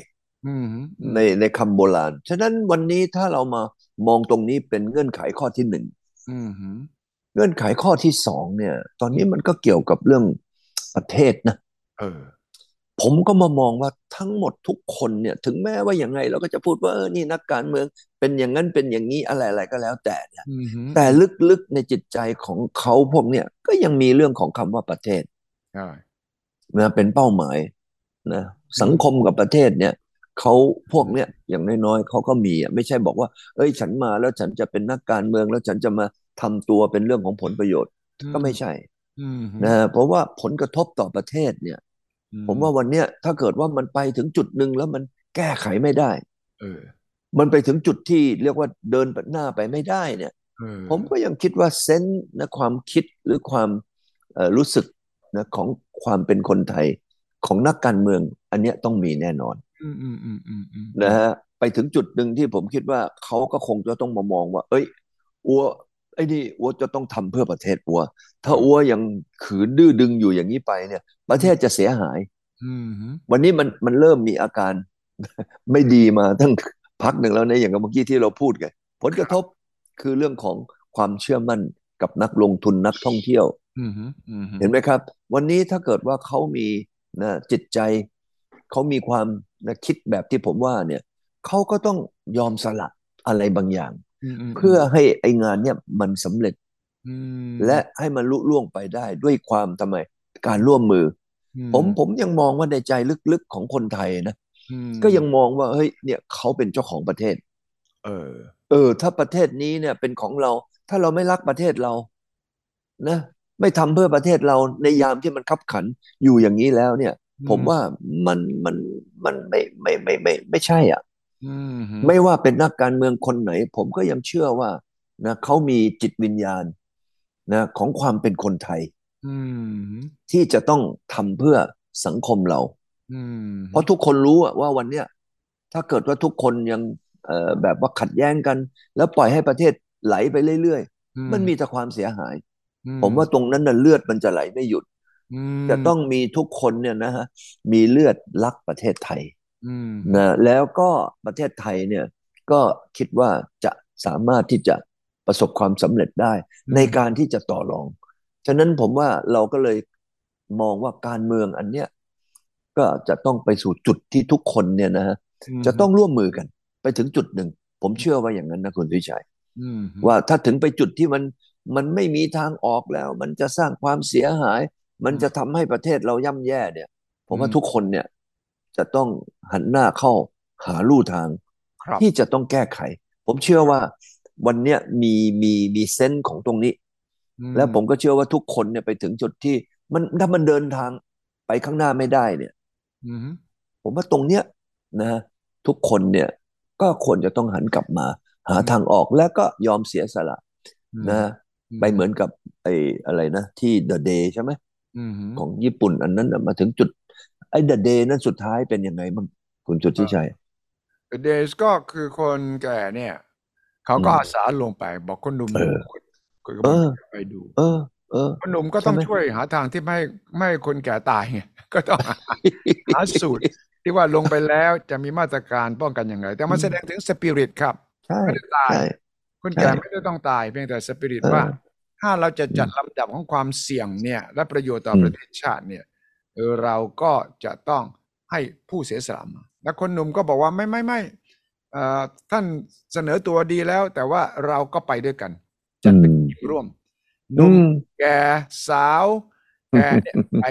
A: อืมฮึ
B: ในในคำโบราณ ฉะนั้นวันนี้ถ้าเรามามองตรงนี้เป็นเงื่อนไขข้อที่หนึ่ง
A: อืมฮึ
B: เงื่อนไขข้อที่สองเนี่ย ตอนนี้มันก็เกี่ยวกับเรื่องประเทศนะ
A: เออ
B: ผมก็มามองว่าทั้งหมดทุกคนเนี่ย ถึงแม้ว่ายังไงเราก็จะพูดว่าเออนี่นักการเมืองเป็นอย่างนั้นเป็นอย่างนี้อะไรอะไรก็แล้วแต่เนี่ย
A: อืมฮึ
B: แต่ลึกๆในจิตใจของเขาพวกเนี่ยก็ยังมีเรื่องของคำว่าประเทศ
A: ใช่
B: นะเป็นเป้าหมายนะสังคมกับประเทศเนี่ยเขาพวกเนี่ยอย่างน้อยๆเขาก็มีอ่ะไม่ใช่บอกว่า เอ้ยฉันมาแล้วฉันจะเป็นนักการเมืองแล้วฉันจะมาทำตัวเป็นเรื่องของผลประโยชน์ก็ไม่ใช่
A: อืมฮึ
B: นะเพราะว่าผลกระทบต่อประเทศเนี่ย
A: อื
B: ผมว่าวันเนี้ยถ้าเกิดว่ามันไปถึงจุดหนึ่งแล้วมันแก้ไขไม่ได้
A: เออ
B: มันไปถึงจุดที่เรียกว่าเดินหน้าไปไม่ได้เนี่ย
A: เออ
B: ผมก็ยังคิดว่าเซนส์นะความคิดหรือความเอ่อรู้สึกนะของความเป็นคนไทยของนักการเมือง อันเนี้ยต้องมีแน่นอน
A: อืมอืมอืมอืมอืม
B: นะฮะไปถึงจุดหนึ่งที่ผมคิดว่าเขาก็คงจะต้องมามองว่า เอ้ยอัวไอ้นี่อัวจะต้องทำเพื่อประเทศอัว ถ้าอัวยังขืนดื้อดึงอยู่อย่างนี้ไปเนี่ย ประเทศจะเสียหาย
A: อืมฮึ
B: วันนี้มันมันเริ่มมีอาการ ไม่ดีมาตั้งพักหนึ่งแล้วนะอย่างกับเมื่อกี้ที่เราพูดกันผลกระทบคือเรื่องของความเชื่อมั่นกับนักลงทุนนักท่องเที่ยว
A: อืมฮึอืมฮึ
B: เห็นไหมครับ วันนี้ถ้าเกิดว่าเขามีนะจิตใจ เขามีความนะคิดแบบที่ผมว่าเนี่ยเขาก็ต้องยอมสละอะไรบางอย่าง
A: อืมม
B: เพื่อให้ไองานเนี่ยมันสำเร็จ
A: อืม
B: และให้มันลุล่วงไปได้ด้วยความทำไมการร่วมมือ
A: อื
B: อผมผมยังมองว่าในใจลึกๆของคนไทยนะ
A: อืม
B: ก็ยังมองว่าเฮ้ยเนี่ยเขาเป็นเจ้าของประเทศ
A: เออ
B: เออ ถ้าประเทศนี้เนี่ยเป็นของเรา ถ้าเราไม่รักประเทศเรา นะ ไม่ทำเพื่อประเทศเราในยามที่มันคับขันอยู่อย่างนี้แล้วเนี่ย
A: อืม
B: ผมว่ามันมันมันไม่ไม่ไม่ไม่ไม่ใช่อ่ะ
A: อืมฮึ
B: ไม่ว่าเป็นนักการเมืองคนไหน ผมก็ยังเชื่อว่านะเขามีจิตวิญญาณนะของความเป็นคนไทย
A: อืมฮึ
B: ที่จะต้องทำเพื่อสังคมเรา
A: อืม
B: เพราะทุกคนรู้อะว่าวันเนี้ยถ้าเกิดว่าทุกคนยังเอ่อแบบว่าขัดแย้งกัน แล้วปล่อยให้ประเทศไหลไปเรื่อย
A: อื
B: ๆ มันมีแต่ความเสียหาย
A: อื
B: ผมว่าตรงนั้นน่ะเลือดมันจะไหลไม่หยุด
A: อืม
B: จะต้องมีทุกคนเนี่ยนะฮะมีเลือดรักประเทศไทย
A: อืม
B: นะแล้วก็ประเทศไทยเนี่ยก็คิดว่าจะสามารถที่จะประสบความสำเร็จได้ ในการที่จะต่อรอง ฉะนั้นผมว่าเราก็เลยมองว่าการเมืองอันเนี้ยก็จะต้องไปสู่จุดที่ทุกคนเนี่ยนะฮะ
A: ม
B: จะต้องร่วมมือกัน ไปถึงจุดหนึ่ง ผมเชื่อว่าอย่างนั้นนะคุณวิชัย
A: อืมฮึ
B: ว่าถ้าถึงไปจุดที่มันมันไม่มีทางออกแล้ว มันจะสร้างความเสียหาย มันจะทำให้ประเทศเราย่ำแย่เนี่ย ผมว่าทุกคนเนี่ย จะต้องหันหน้าเข้าหาลู่ทาง
A: ครับ
B: ที่จะต้องแก้ไข ผมเชื่อว่าวันเนี้ยมีมีมีเซนส์ของตรงนี้
A: อืม
B: แล้วผมก็เชื่อว่าทุกคนเนี่ยไปถึงจุดที่มันถ้ามันเดินทางไปข้างหน้าไม่ได้เนี่ย
A: อืมฮึ
B: ผมว่าตรงเนี้ยนะฮะทุกคนเนี่ยก็ควรจะต้องหันกลับมา หาทางออกและก็ยอมเสียสละ
A: อืม
B: นะฮะไปเหมือนกับไอ้อะไรนะ ที่ The Day ใช่ไหม
A: อืมฮึ
B: ของญี่ปุ่นอันนั้นน่ะมาถึงจุดไอ้ The Day นั้นสุดท้ายเป็นยังไงบ้างคุณจุดที่ชัย
A: เดสก็คือคนแก่เนี่ย เขาก็
B: อืม
A: อาสาลงไป บอกคนหนุ่ม
B: เออ
A: คนคนก็
B: เอ
A: บอก
B: อ
A: ไปดู
B: เออ เออ
A: คนหนุ่มก็ต้อง
B: ใช่ไหม
A: ช่วยหาทางที่ไม่ให้ไม่ให้คนแก่ตายไง ก็ต้องหาหาสูตร ที่ว่าลงไปแล้วจะมีมาตรการป้องกันอย่างไร แต่มันแสดงถึงสปิริตครับ
B: ใช่
A: ไม่ได้ตาย
B: ใช่
A: คนแก่
B: ใช่
A: ไม่ได้ต้องตายเพียงแต่สปิริต
B: เออ
A: ว่า ถ้าเราจะจัดลำดับของความเสี่ยงเนี่ย และประโยชน์ต่ออ
B: ม
A: ประเทศชาติเนี่ยเออเราก็จะต้องให้ผู้เสียสละมาและคนหนุ่มก็บอกว่าไม่ไม่ไม่เอ่อท่านเสนอตัวดีแล้ว แต่ว่าเราก็ไปด้วยกันจัดเป็นทีมร่วมห
B: อื
A: นุ่ม
B: ม
A: แกสาวแกเนี่ยไป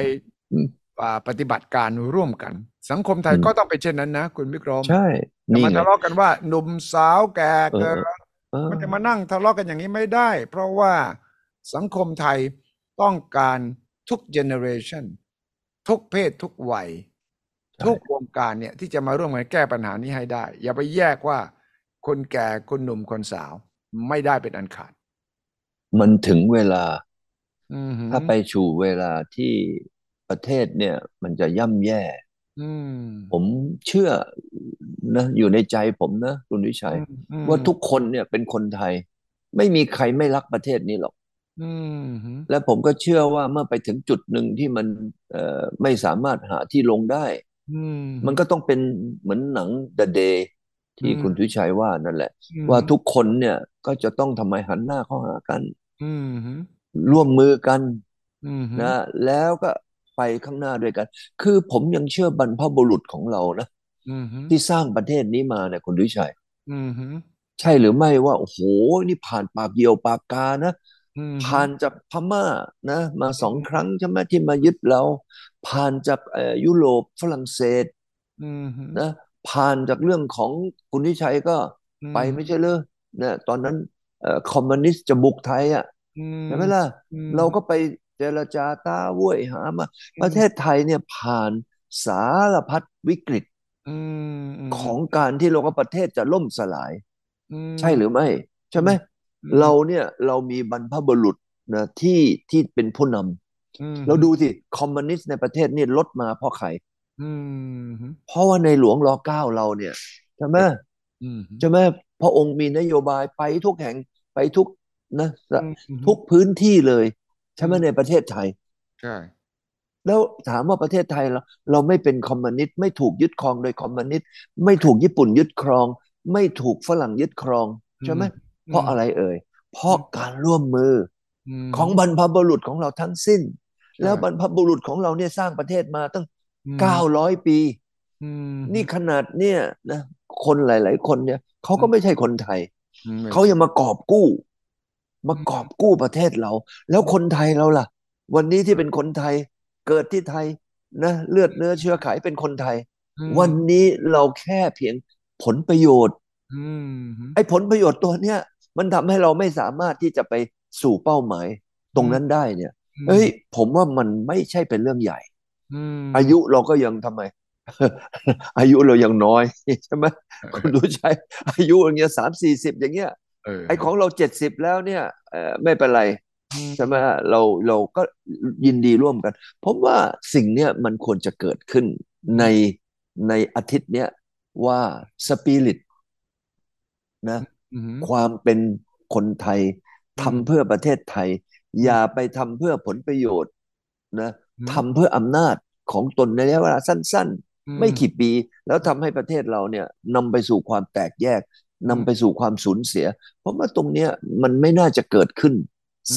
B: อืม
A: อ่าปฏิบัติการร่วมกัน สังคมไทย
B: อืม
A: ก็ต้องเป็นเช่นนั้นนะ คุณวิกรม
B: ใช่
A: อย่า
B: นี่
A: มา
B: ไง
A: ทะเลาะกันว่าหนุ่มสาวแกเกิน
B: เออ
A: มันจะมานั่งทะเลาะกันอย่างนี้ไม่ได้ เพราะว่าสังคมไทยต้องการทุกเจเนอเรชัน ทุกเพศทุกวัย
B: ใช่
A: ทุกวงการเนี่ยที่จะมาร่วมกันแก้ปัญหานี้ให้ได้ อย่าไปแยกว่าคนแก่คนหนุ่มคนสาวไม่ได้เป็นอันขาด
B: มันถึงเวลา
A: อือหือ
B: ถ้าไปสู่เวลาที่ประเทศเนี่ย มันจะย่ำแย่
A: อืม
B: ผมเชื่อนะอยู่ในใจผมนะคุณวิชัย
A: อืม
B: ว่าทุกคนเนี่ยเป็นคนไทย ไม่มีใครไม่รักประเทศนี้หรอก
A: อืมหือ
B: และผมก็เชื่อว่าเมื่อไปถึงจุดหนึ่งที่มันเอ่อไม่สามารถหาที่ลงได้
A: อืม
B: มันก็ต้องเป็นเหมือนหนัง The Day ที่
A: อืม
B: คุณวิชัยว่านั่นแหละ
A: อืม
B: ว่าทุกคนเนี่ยก็จะต้องทำไมหันหน้าเข้าหากัน
A: อืมหือ
B: ร่วมมือกัน
A: อืมหือ
B: นะแล้วก็ไปข้างหน้าด้วยกัน คือผมยังเชื่อบรรพบุรุษของเรานะ
A: อืมหือ
B: ที่สร้างประเทศนี้มาเนี่ยคุณดุชัย
A: อืมหือ
B: ใช่หรือไม่ว่า โอ้โห นี่ผ่านปากเหยี่ยวปากกานะ
A: อืมหือ
B: ผ่านจากพม่านะ มาสองครั้งใช่ไหมที่มายึดเรา ผ่านจากเอ่อยุโรปฝรั่งเศส
A: อืมหือ
B: นะ ผ่านจากเรื่องของคุณวิชัยก็
A: อื
B: ไปไม่ใช่เลยนะตอนนั้นเอ่อคอมมิวนิสต์จะบุกไทยอ่ะ
A: อื
B: ใช่ไหมล่ะ
A: อืม
B: เราก็ไปเจรจาต้าเว้ยหามา ประเทศไทยเนี่ยผ่านสารพัดวิกฤต
A: อืมม
B: ของการที่เราก็ประเทศจะล่มสลาย
A: อืม
B: ใช่หรือไม่ ใช่ไหม
A: ม
B: เราเนี่ยเรามีบรรพบุรุษนะที่ที่เป็นผู้น
A: อืม
B: ำเราดูสิคอมมิวนิสต์ในประเทศนี่ลดมาเพราะใคร
A: อืมหือ
B: เพราะว่าในหลวงรอเก้าเราเนี่ยใช่ไหม
A: อืมหือ
B: ใช่ไหมพระองค์มีนโยบายไปทุกแห่งไปทุกนะ
A: อืมหือ
B: ทุกพื้นที่เลยใช่ไหมในประเทศไทย
A: ใช่
B: แล้วถามว่าประเทศไทยเราเราไม่เป็นคอมมิวนิสต์ไม่ถูกยึดครองโดยคอมมิวนิสต์ไม่ถูกญี่ปุ่นยึดครอง ไม่ถูกฝรั่งยึดครองใช่ไหมเพราะอะไรเอ่ยเพราะการร่วมมือ
A: ม
B: อของบรรพบุรุษของเราทั้งสิ้น
A: ใช่
B: แล้วบรรพบุรุษของเราเนี่ยสร้างประเทศมาตั้ง
A: อืม
B: 900 ปี
A: อืม
B: นี่ขนาดเนี่ยนะคนหลาย ๆ คนเนี่ยเขาก็ไม่ใช่คนไทย
A: อืม
B: เขายังมากอบกู้ มากอบกู้ประเทศเรา แล้วคนไทยเราล่ะ วันนี้ที่เป็นคนไทย เกิดที่ไทยนะเลือดเนื้อเชื้อไขเป็นคนไทย
A: อืม
B: วันนี้เราแค่เพียงผลประโยชน์
A: อืมหือ
B: ไอ้ผลประโยชน์ตัวเนี้ยมันทำให้เราไม่สามารถที่จะไปสู่เป้าหมาย ตรงนั้นได้เนี่ยเอ้ย ผมว่ามันไม่ใช่เป็นเรื่องใหญ่
A: อืม
B: อายุเราก็ยังทำไม อายุเรายังน้อย ใช่ไหมคุณดูใช้ อายุอย่างเงี้ยสามสี่สิบอย่างเงี้ย
A: เออ
B: ไอ้ของเราเจ็ดสิบแล้วเนี่ยเอ่อไม่เป็นไร
A: อืม
B: ใช่ไหมเราเราก็ยินดีร่วมกันผมว่าสิ่งเนี้ยมันควรจะเกิดขึ้นในในอาทิตย์เนี้ยว่าสปิริตนะ
A: อืม
B: ความเป็นคนไทย
A: อืม
B: ทำเพื่อประเทศไทย อย่าไปทำเพื่อผลประโยชน์นะทำเพื่ออำนาจของตนในระยะเวลาสั้น ๆ
A: อื
B: ไม่กี่ปีแล้วทำให้ประเทศเราเนี่ยนำไปสู่ความแตกแยกนำไปสู่ความสูญเสีย เพราะว่าตรงเนี้ยมันไม่น่าจะเกิดขึ้น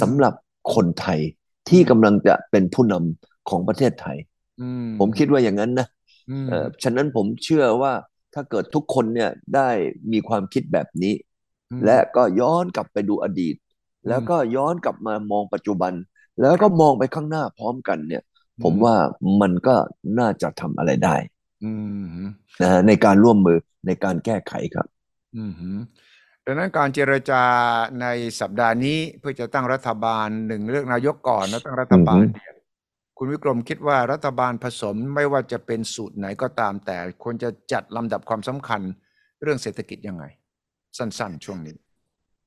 B: สำหรับคนไทยที่กำลังจะเป็นผู้นำของประเทศไทย
A: อืม
B: ผมคิดว่าอย่างนั้นนะ
A: อืม
B: เอ่อฉะนั้นผมเชื่อว่าถ้าเกิดทุกคนเนี่ยได้มีความคิดแบบนี้
A: อืม
B: และก็ย้อนกลับไปดูอดีต
A: ม
B: แล้วก็ย้อนกลับมามองปัจจุบัน แล้วก็มองไปข้างหน้าพร้อมกันเนี่ย
A: อืม
B: ผมว่ามันก็น่าจะทำอะไรได้
A: อืมหือ
B: นะฮะในการร่วมมือในการแก้ไขครับ
A: อืมฮึดังนั้นการเจรจาในสัปดาห์นี้เพื่อจะตั้งรัฐบาลหนึ่งเลือกนายกก่อนแล้วตั้งรัฐบาล
B: อือฮึ
A: เนี่ยคุณวิกรมคิดว่ารัฐบาลผสมไม่ว่าจะเป็นสูตรไหนก็ตาม แต่ควรจะจัดลำดับความสำคัญเรื่องเศรษฐกิจยังไง สั้นๆ ช่วงนี้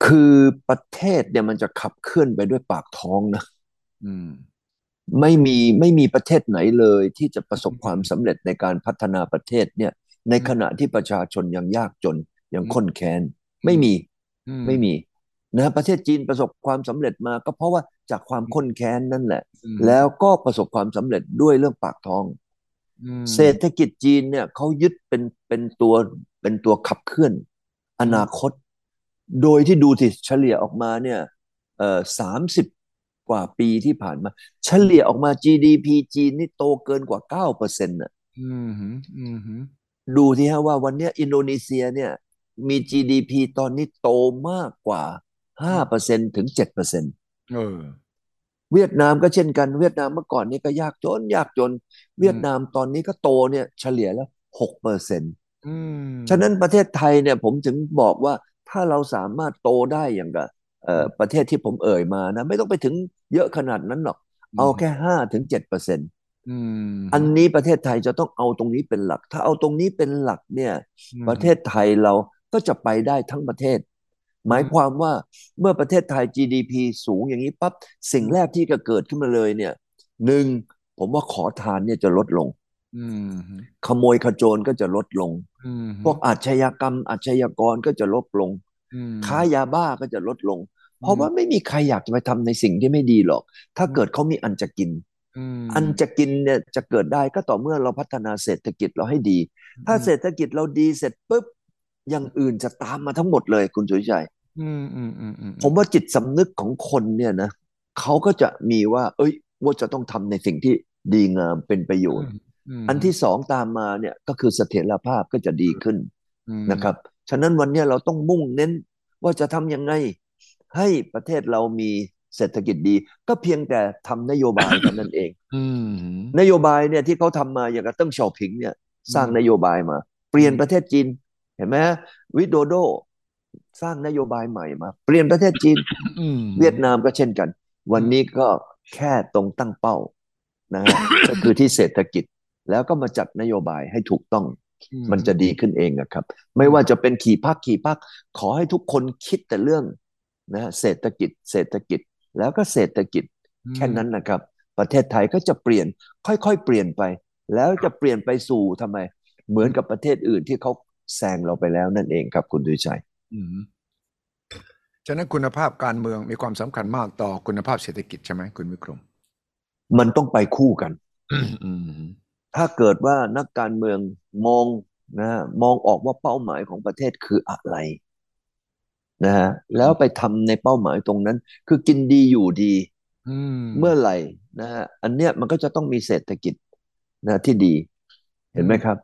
B: คือประเทศเนี่ยมันจะขับเคลื่อนไปด้วยปากท้องนะ
A: อืม
B: ไม่มีไม่มีประเทศไหนเลยที่จะประสบความสำเร็จในการพัฒนาประเทศเนี่ย ในขณะที่ประชาชนยังยากจนยังข้นแค้น ไม่มี
A: อืม
B: ไม่มีนะประเทศจีนประสบความสำเร็จมา ก็เพราะว่าจากความข้นแค้นนั่นแหละ
A: อืม
B: แล้วก็ประสบความสำเร็จด้วยเรื่องปากท้อง
A: อืม
B: เศรษฐกิจจีนเนี่ยเขายึดเป็นเป็นตัวเป็นตัวขับเคลื่อน อนาคต โดยที่ดูสิเฉลี่ยออกมาเนี่ยเอ่อสามสิบกว่าปีที่ผ่านมา เฉลี่ยออกมา GDP จีนนี่โตเกินกว่าเก้าเปอร์เซ็นต์่ะ
A: อืมฮึอืมฮึ
B: ดูที่ฮะว่าวันเนี้ยอินโดนีเซียเนี่ยมี GDP ตอนนี้โตมากกว่าห้าเปอร์เซ็นต์ถึงเจ็ดเปอร์เซ็นต์
A: เออ
B: เวียดนามก็เช่นกันเวียดนามเมื่อก่อนนี่ก็ยากจน ยากจน เวียดนามตอนนี้ก็โตเนี่ยเฉลี่ยแล้วหกเปอร์เซ็นต์
A: อืม
B: ฉะนั้นประเทศไทยเนี่ยผมถึงบอกว่าถ้าเราสามารถโตได้อย่างกับเอ่อประเทศที่ผมเอ่ยมานะ ไม่ต้องไปถึงเยอะขนาดนั้นหรอก เอาแค่ห้าถึงเจ็ดเปอร์เซ็นต์
A: อืม
B: อันนี้ประเทศไทยจะต้องเอาตรงนี้เป็นหลัก ถ้าเอาตรงนี้เป็นหลักเนี่ย
A: อืม
B: ประเทศไทยเราก็จะไปได้ทั้งประเทศ หมายความว่าเมื่อประเทศไทย GDP สูงอย่างนี้ปั๊บสิ่งแรกที่จะเกิดขึ้นมาเลยเนี่ยหนึ่งผมว่าขอทานเนี่ยจะลดลง
A: อืม
B: ขโมยขโจรก็จะลดลง
A: อืม
B: พวกอาชญากรรม อาชญากรก็จะลดลง
A: อืม
B: ค้ายาบ้าก็จะลดลง เพราะว่าไม่มีใครอยากจะไปทำในสิ่งที่ไม่ดีหรอก ถ้า
A: อืม
B: เกิดเขามีอันจะกิน
A: ม
B: อันจะกินเนี่ยจะเกิดได้ก็ต่อเมื่อเราพัฒนาเศรษฐกิจเราให้ดี ถ้าเศรษฐกิจเราดีเสร็จปุ๊บอย่างอื่นจะตามมาทั้งหมดเลยคุณสุวิชัย
A: อืมอืมอืมอืม
B: ผมว่าจิตสำนึกของคนเนี่ยนะเขาก็จะมีว่า เอ้ยว่าจะต้องทำในสิ่งที่ดีงามเป็นประโยชน์
A: ม
B: อันที่สองตามมาเนี่ยก็คือเสถียรภาพก็จะดีขึ้น
A: อืม
B: นะครับ ฉะนั้นวันเนี้ยเราต้องมุ่งเน้นว่าจะทำยังไง ให้ประเทศเรามีเศรษฐกิจดี ก็เพียงแต่ทำนโยบายเท่านั้นเอง
A: อืม
B: นโยบายเนี่ยที่เขาทำมาอย่างกับเติ้งเฉาผิงเนี่ยสร้าง
A: อืม
B: นโยบายมา เปลี่ยนประเทศจีน เห็นไหมวิโดโด สร้างนโยบายใหม่มา เปลี่ยนประเทศ จีน
A: อืม
B: เวียดนามก็เช่นกัน วันนี้ก็แค่ตรงตั้งเป้านะฮะ ก็คือที่เศรษฐกิจแล้วก็มาจัดนโยบายให้ถูกต้อง
A: อื
B: มันจะดีขึ้นเองนะครับ ไม่ว่าจะเป็นขี่พักขี่พัก ขอให้ทุกคนคิดแต่เรื่องนะฮะเศรษฐกิจเศรษฐกิจแล้วก็เศรษฐกิจแค่นั้นนะครับ ประเทศไทยก็จะเปลี่ยนค่อยๆเปลี่ยนไป แล้วจะเปลี่ยนไปสู่ทำไม เหมือนกับประเทศอื่นที่เขาแซงเราไปแล้วนั่นเองครับคุณดุยชัย
A: อืมฉะนั้นคุณภาพการเมืองมีความสำคัญมากต่อคุณภาพเศรษฐกิจใช่ไหมคุณวิกรม
B: มันต้องไปคู่กัน
A: อืม
B: ถ้าเกิดว่านักการเมืองมองนะฮะมองออกว่าเป้าหมายของประเทศคืออะไรนะฮะแล้วไปทำในเป้าหมายตรงนั้น คือกินดีอยู่ดี
A: อืม
B: เมื่อไหร่นะฮะอันเนี้ยมันก็จะต้องมีเศรษฐกิจนะที่ดี เห็นไหมครับ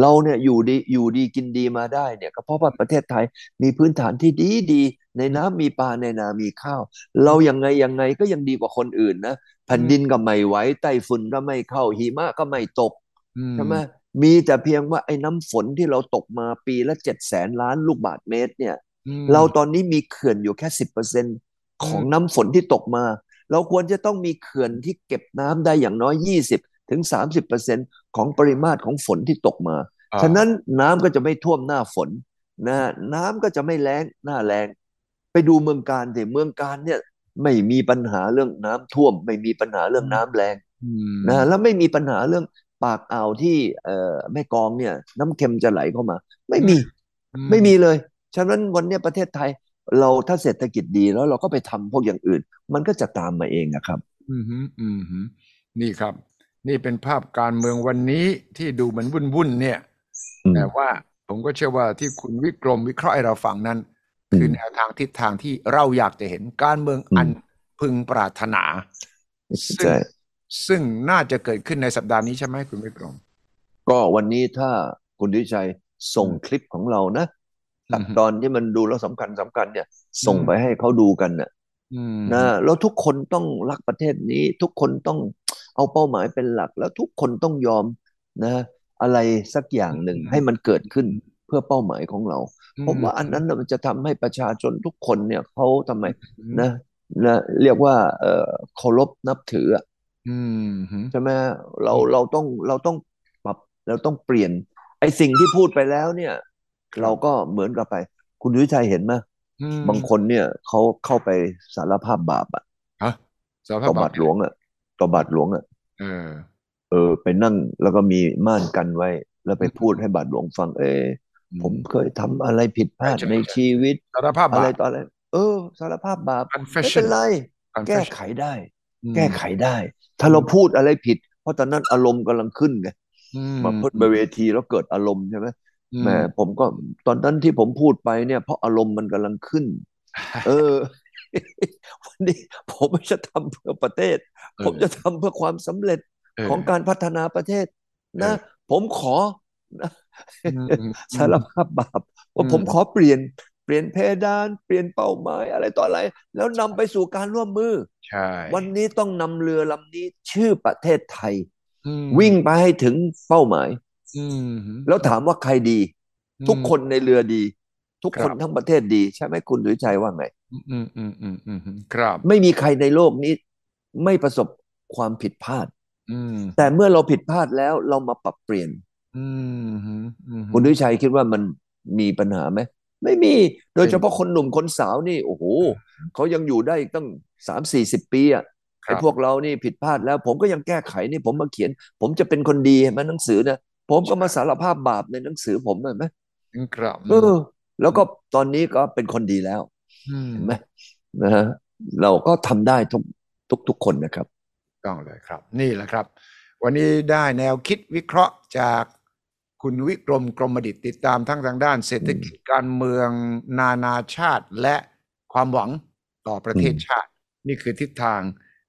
B: เราเนี่ยอยู่ดีอยู่ดีกินดีมาได้เนี่ยก็เพราะว่าประเทศไทยมีพื้นฐานที่ดีดีในน้ำมีปลาในนามีข้าว เรายังไงยังไงก็ยังดีกว่าคนอื่นนะแผ่นดินก็ไม่ไหวไต้ฝุ่นก็ไม่เข้าหิมะก็ไม่ตก
A: อื
B: ใช่ไหมมีแต่เพียงว่าไอ้น้ำฝนที่เราตกมาปีละเจ็ดแสนล้านลูกบาศก์เมตรเนี่ย
A: อืม
B: เราตอนนี้มีเขื่อนอยู่แค่สิบเปอร์เซ็นต์ของน้ำฝนที่ตกมา เราควรจะต้องมีเขื่อนที่เก็บน้ำได้อย่างน้อยยี่สิบถึงสามสิบเปอร์เซ็นต์ของปริมาตรของฝนที่ตกมา ฉะนั้นน้ำก็จะไม่ท่วมหน้าฝนนะน้ำก็จะไม่แล้งหน้าแล้ง ไปดูเมืองการสิเมืองการเนี่ยไม่มีปัญหาเรื่องน้ำท่วม ไม่มีปัญหาเรื่องน้ำแล้ง
A: อืม
B: นะแล้วไม่มีปัญหาเรื่องปากอ่าวที่เอ่อแม่กลองเนี่ย น้ำเค็มจะไหลเข้ามา ไม่มี
A: อื
B: ไม่มีเลย ฉะนั้นวันเนี้ยประเทศไทย เราถ้าเศรษฐกิจดีแล้วเราก็ไปทำพวกอย่างอื่น มันก็จะตามมาเองนะครับ
A: อืมฮึอืมฮึนี่ครับ นี่เป็นภาพการเมืองวันนี้ที่ดูเหมือนวุ่นวุ่นๆเนี่ย
B: อืม
A: แต่ว่าผมก็เชื่อว่าที่คุณวิกรมวิเคราะห์ให้เราฟังนั้น
B: อื
A: คือ
B: ม
A: แนวทางทิศทางที่เราอยากจะเห็นการเมืองอัน
B: อืม
A: พึงปรารถนา ซึ่ง
B: ใช่
A: ซึ่งน่าจะเกิดขึ้นในสัปดาห์นี้ใช่ไหมคุณวิกรม
B: ก็วันนี้ถ้าคุณดิชัยส่ง
A: อืม
B: คลิปของเรานะ
A: อืม
B: ตอนที่มันดูแล้วสำคัญสำคัญเนี่ย ส่งไปให้เขาดูกันน่ะ
A: อืม
B: นะแล้วทุกคนต้องรักประเทศนี้ ทุกคนต้องเอาเป้าหมายเป็นหลัก แล้วทุกคนต้องยอมนะ อะไรสักอย่างหนึ่ง
A: อืม
B: ให้มันเกิดขึ้นเพื่อเป้าหมายของเรา
A: อื
B: ผมว่าอันนั้นน่ะมันจะทำให้ประชาชนทุกคนเนี่ยเขาทำไม
A: อืม
B: นะนะเรียกว่าเอ่อเคารพนับถืออะ
A: อืมฮึ
B: ใช่ไหมเราเราต้องเราต้องปรับเราต้องเปลี่ยน ไอ้สิ่งที่พูดไปแล้วเนี่ย เราก็เหมือนกับไป คุณวิชัยเห็นไหม
A: อืม
B: บางคนเนี่ยเขาเข้าไปสารภาพบาปอะ
A: ฮะสารภา
B: ต่
A: พ
B: อบบาทหลวงอ่ะต่อบาทหลวงอ่ะ
A: เออ
B: เออไปนั่งแล้วก็มีม่านกันไว้ แล้วไปพูดให้บาทหลวงฟังเออผมเคยทำอะไรผิดพลาด
A: ใช่ใช่
B: ในชีวิต
A: สารภาพ
B: อะ
A: บา
B: ไร
A: ป
B: ต่ออะไรเออ สารภาพบาปไม่เป็
A: confession
B: นไร แก้
A: confession
B: ไขได้
A: อืม
B: แก้ไขได้ ถ้าเราพูดอะไรผิด เพราะตอนนั้นอารมณ์กำลังขึ้นไง
A: อืม
B: มาพูดบนเวทีแล้วเกิดอารมณ์ใช่ไหม
A: อื
B: แหมผมก็ตอนนั้นที่ผมพูดไปเนี่ย เพราะอารมณ์มันกำลัง ขึ้น เออ วันนี้ผมไม่จะทำเพื่อประเทศ
A: เออ
B: ผมจะทำเพื่อความสำเร็จ
A: เออ
B: ของการพัฒนาประเทศ นะ
A: เออ
B: ผมขอนะ
A: อืมอืม
B: สารภาพบาปว่า
A: อืม
B: ผมขอเปลี่ยน เปลี่ยนเพดาน เปลี่ยนเป้าหมายอะไรต่ออะไร แล้วนำไปสู่การร่วมมือ
A: ใช่
B: วันนี้ต้องนำเรือลำนี้ชื่อประเทศไทย
A: อืม
B: วิ่งไปให้ถึงเป้าหมาย
A: อืมฮึ
B: แล้วถามว่าใครดี ทุกคนในเรือดี ทุกคนทั้งประเทศดี ใช่ไหมคุณสุวิชัยว่าไง
A: อืมอืมอืมอืมอืมครับ
B: ไม่มีใครในโลกนี้ ไม่ประสบความผิดพลาด
A: อืม
B: แต่เมื่อเราผิดพลาดแล้วเรามาปรับเปลี่ยน
A: อืมฮึอืมฮึ
B: คุณวิชัยคิดว่ามันมีปัญหาไหม ไม่มีโด
A: จ
B: ย
A: ริง
B: เฉพาะคนหนุ่มคนสาวนี่ โอ้โหเขายังอยู่ได้อีกตั้งสามสี่สิบปีอ่ะ
A: ครับ
B: ไอ้พวกเรานี่ผิดพลาดแล้ว ผมก็ยังแก้ไขนี่ผมมาเขียน ผมจะเป็นคนดีเห็นไหมหนังสือนะผมก็มาสารภาพบาปในหนังสือผมเห็นไหม
A: ครับ
B: เออ แล้วก็ตอนนี้ก็เป็นคนดีแล้ว
A: ม
B: เห็นไหมนะฮะเราก็ทำได้ทุกทุกทุกคนนะครับ
A: ต้องเลยครับ นี่แหละครับ วันนี้ได้แนวคิดวิเคราะห์จากคุณวิกรมกรมดิตติดตามทั้งทางด้านเศรษฐกิจการเมืองนานาชาติและความหวังต่อประเทศชาติ นี่คือทิศทาง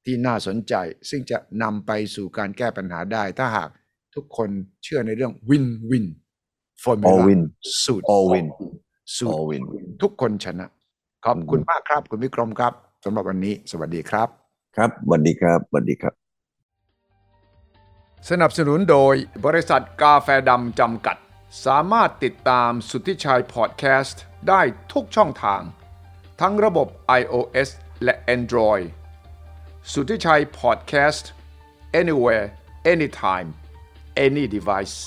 A: ที่น่าสนใจ ซึ่งจะนำไปสู่การแก้ปัญหาได้ ถ้าหากทุกคนเชื่อในเรื่อง win win formula
B: all win
A: สูตร
B: all win
A: สูตร
B: all win
A: ทุกคนชนะ ขอบคุณมากครับ คุณวิกรมครับสำหรับวันนี้ สวัสดีครับ
B: ครับสวัสดีครับสวัสดีครับ
A: สนับสนุนโดยบริษัทกาแฟดำจำกัด สามารถติดตามสุทธิชัยพอดแคสต์ได้ทุกช่องทาง ทั้งระบบ iOS และ Android สุทธิชัยพอดแคสต์ anywhere anytime any device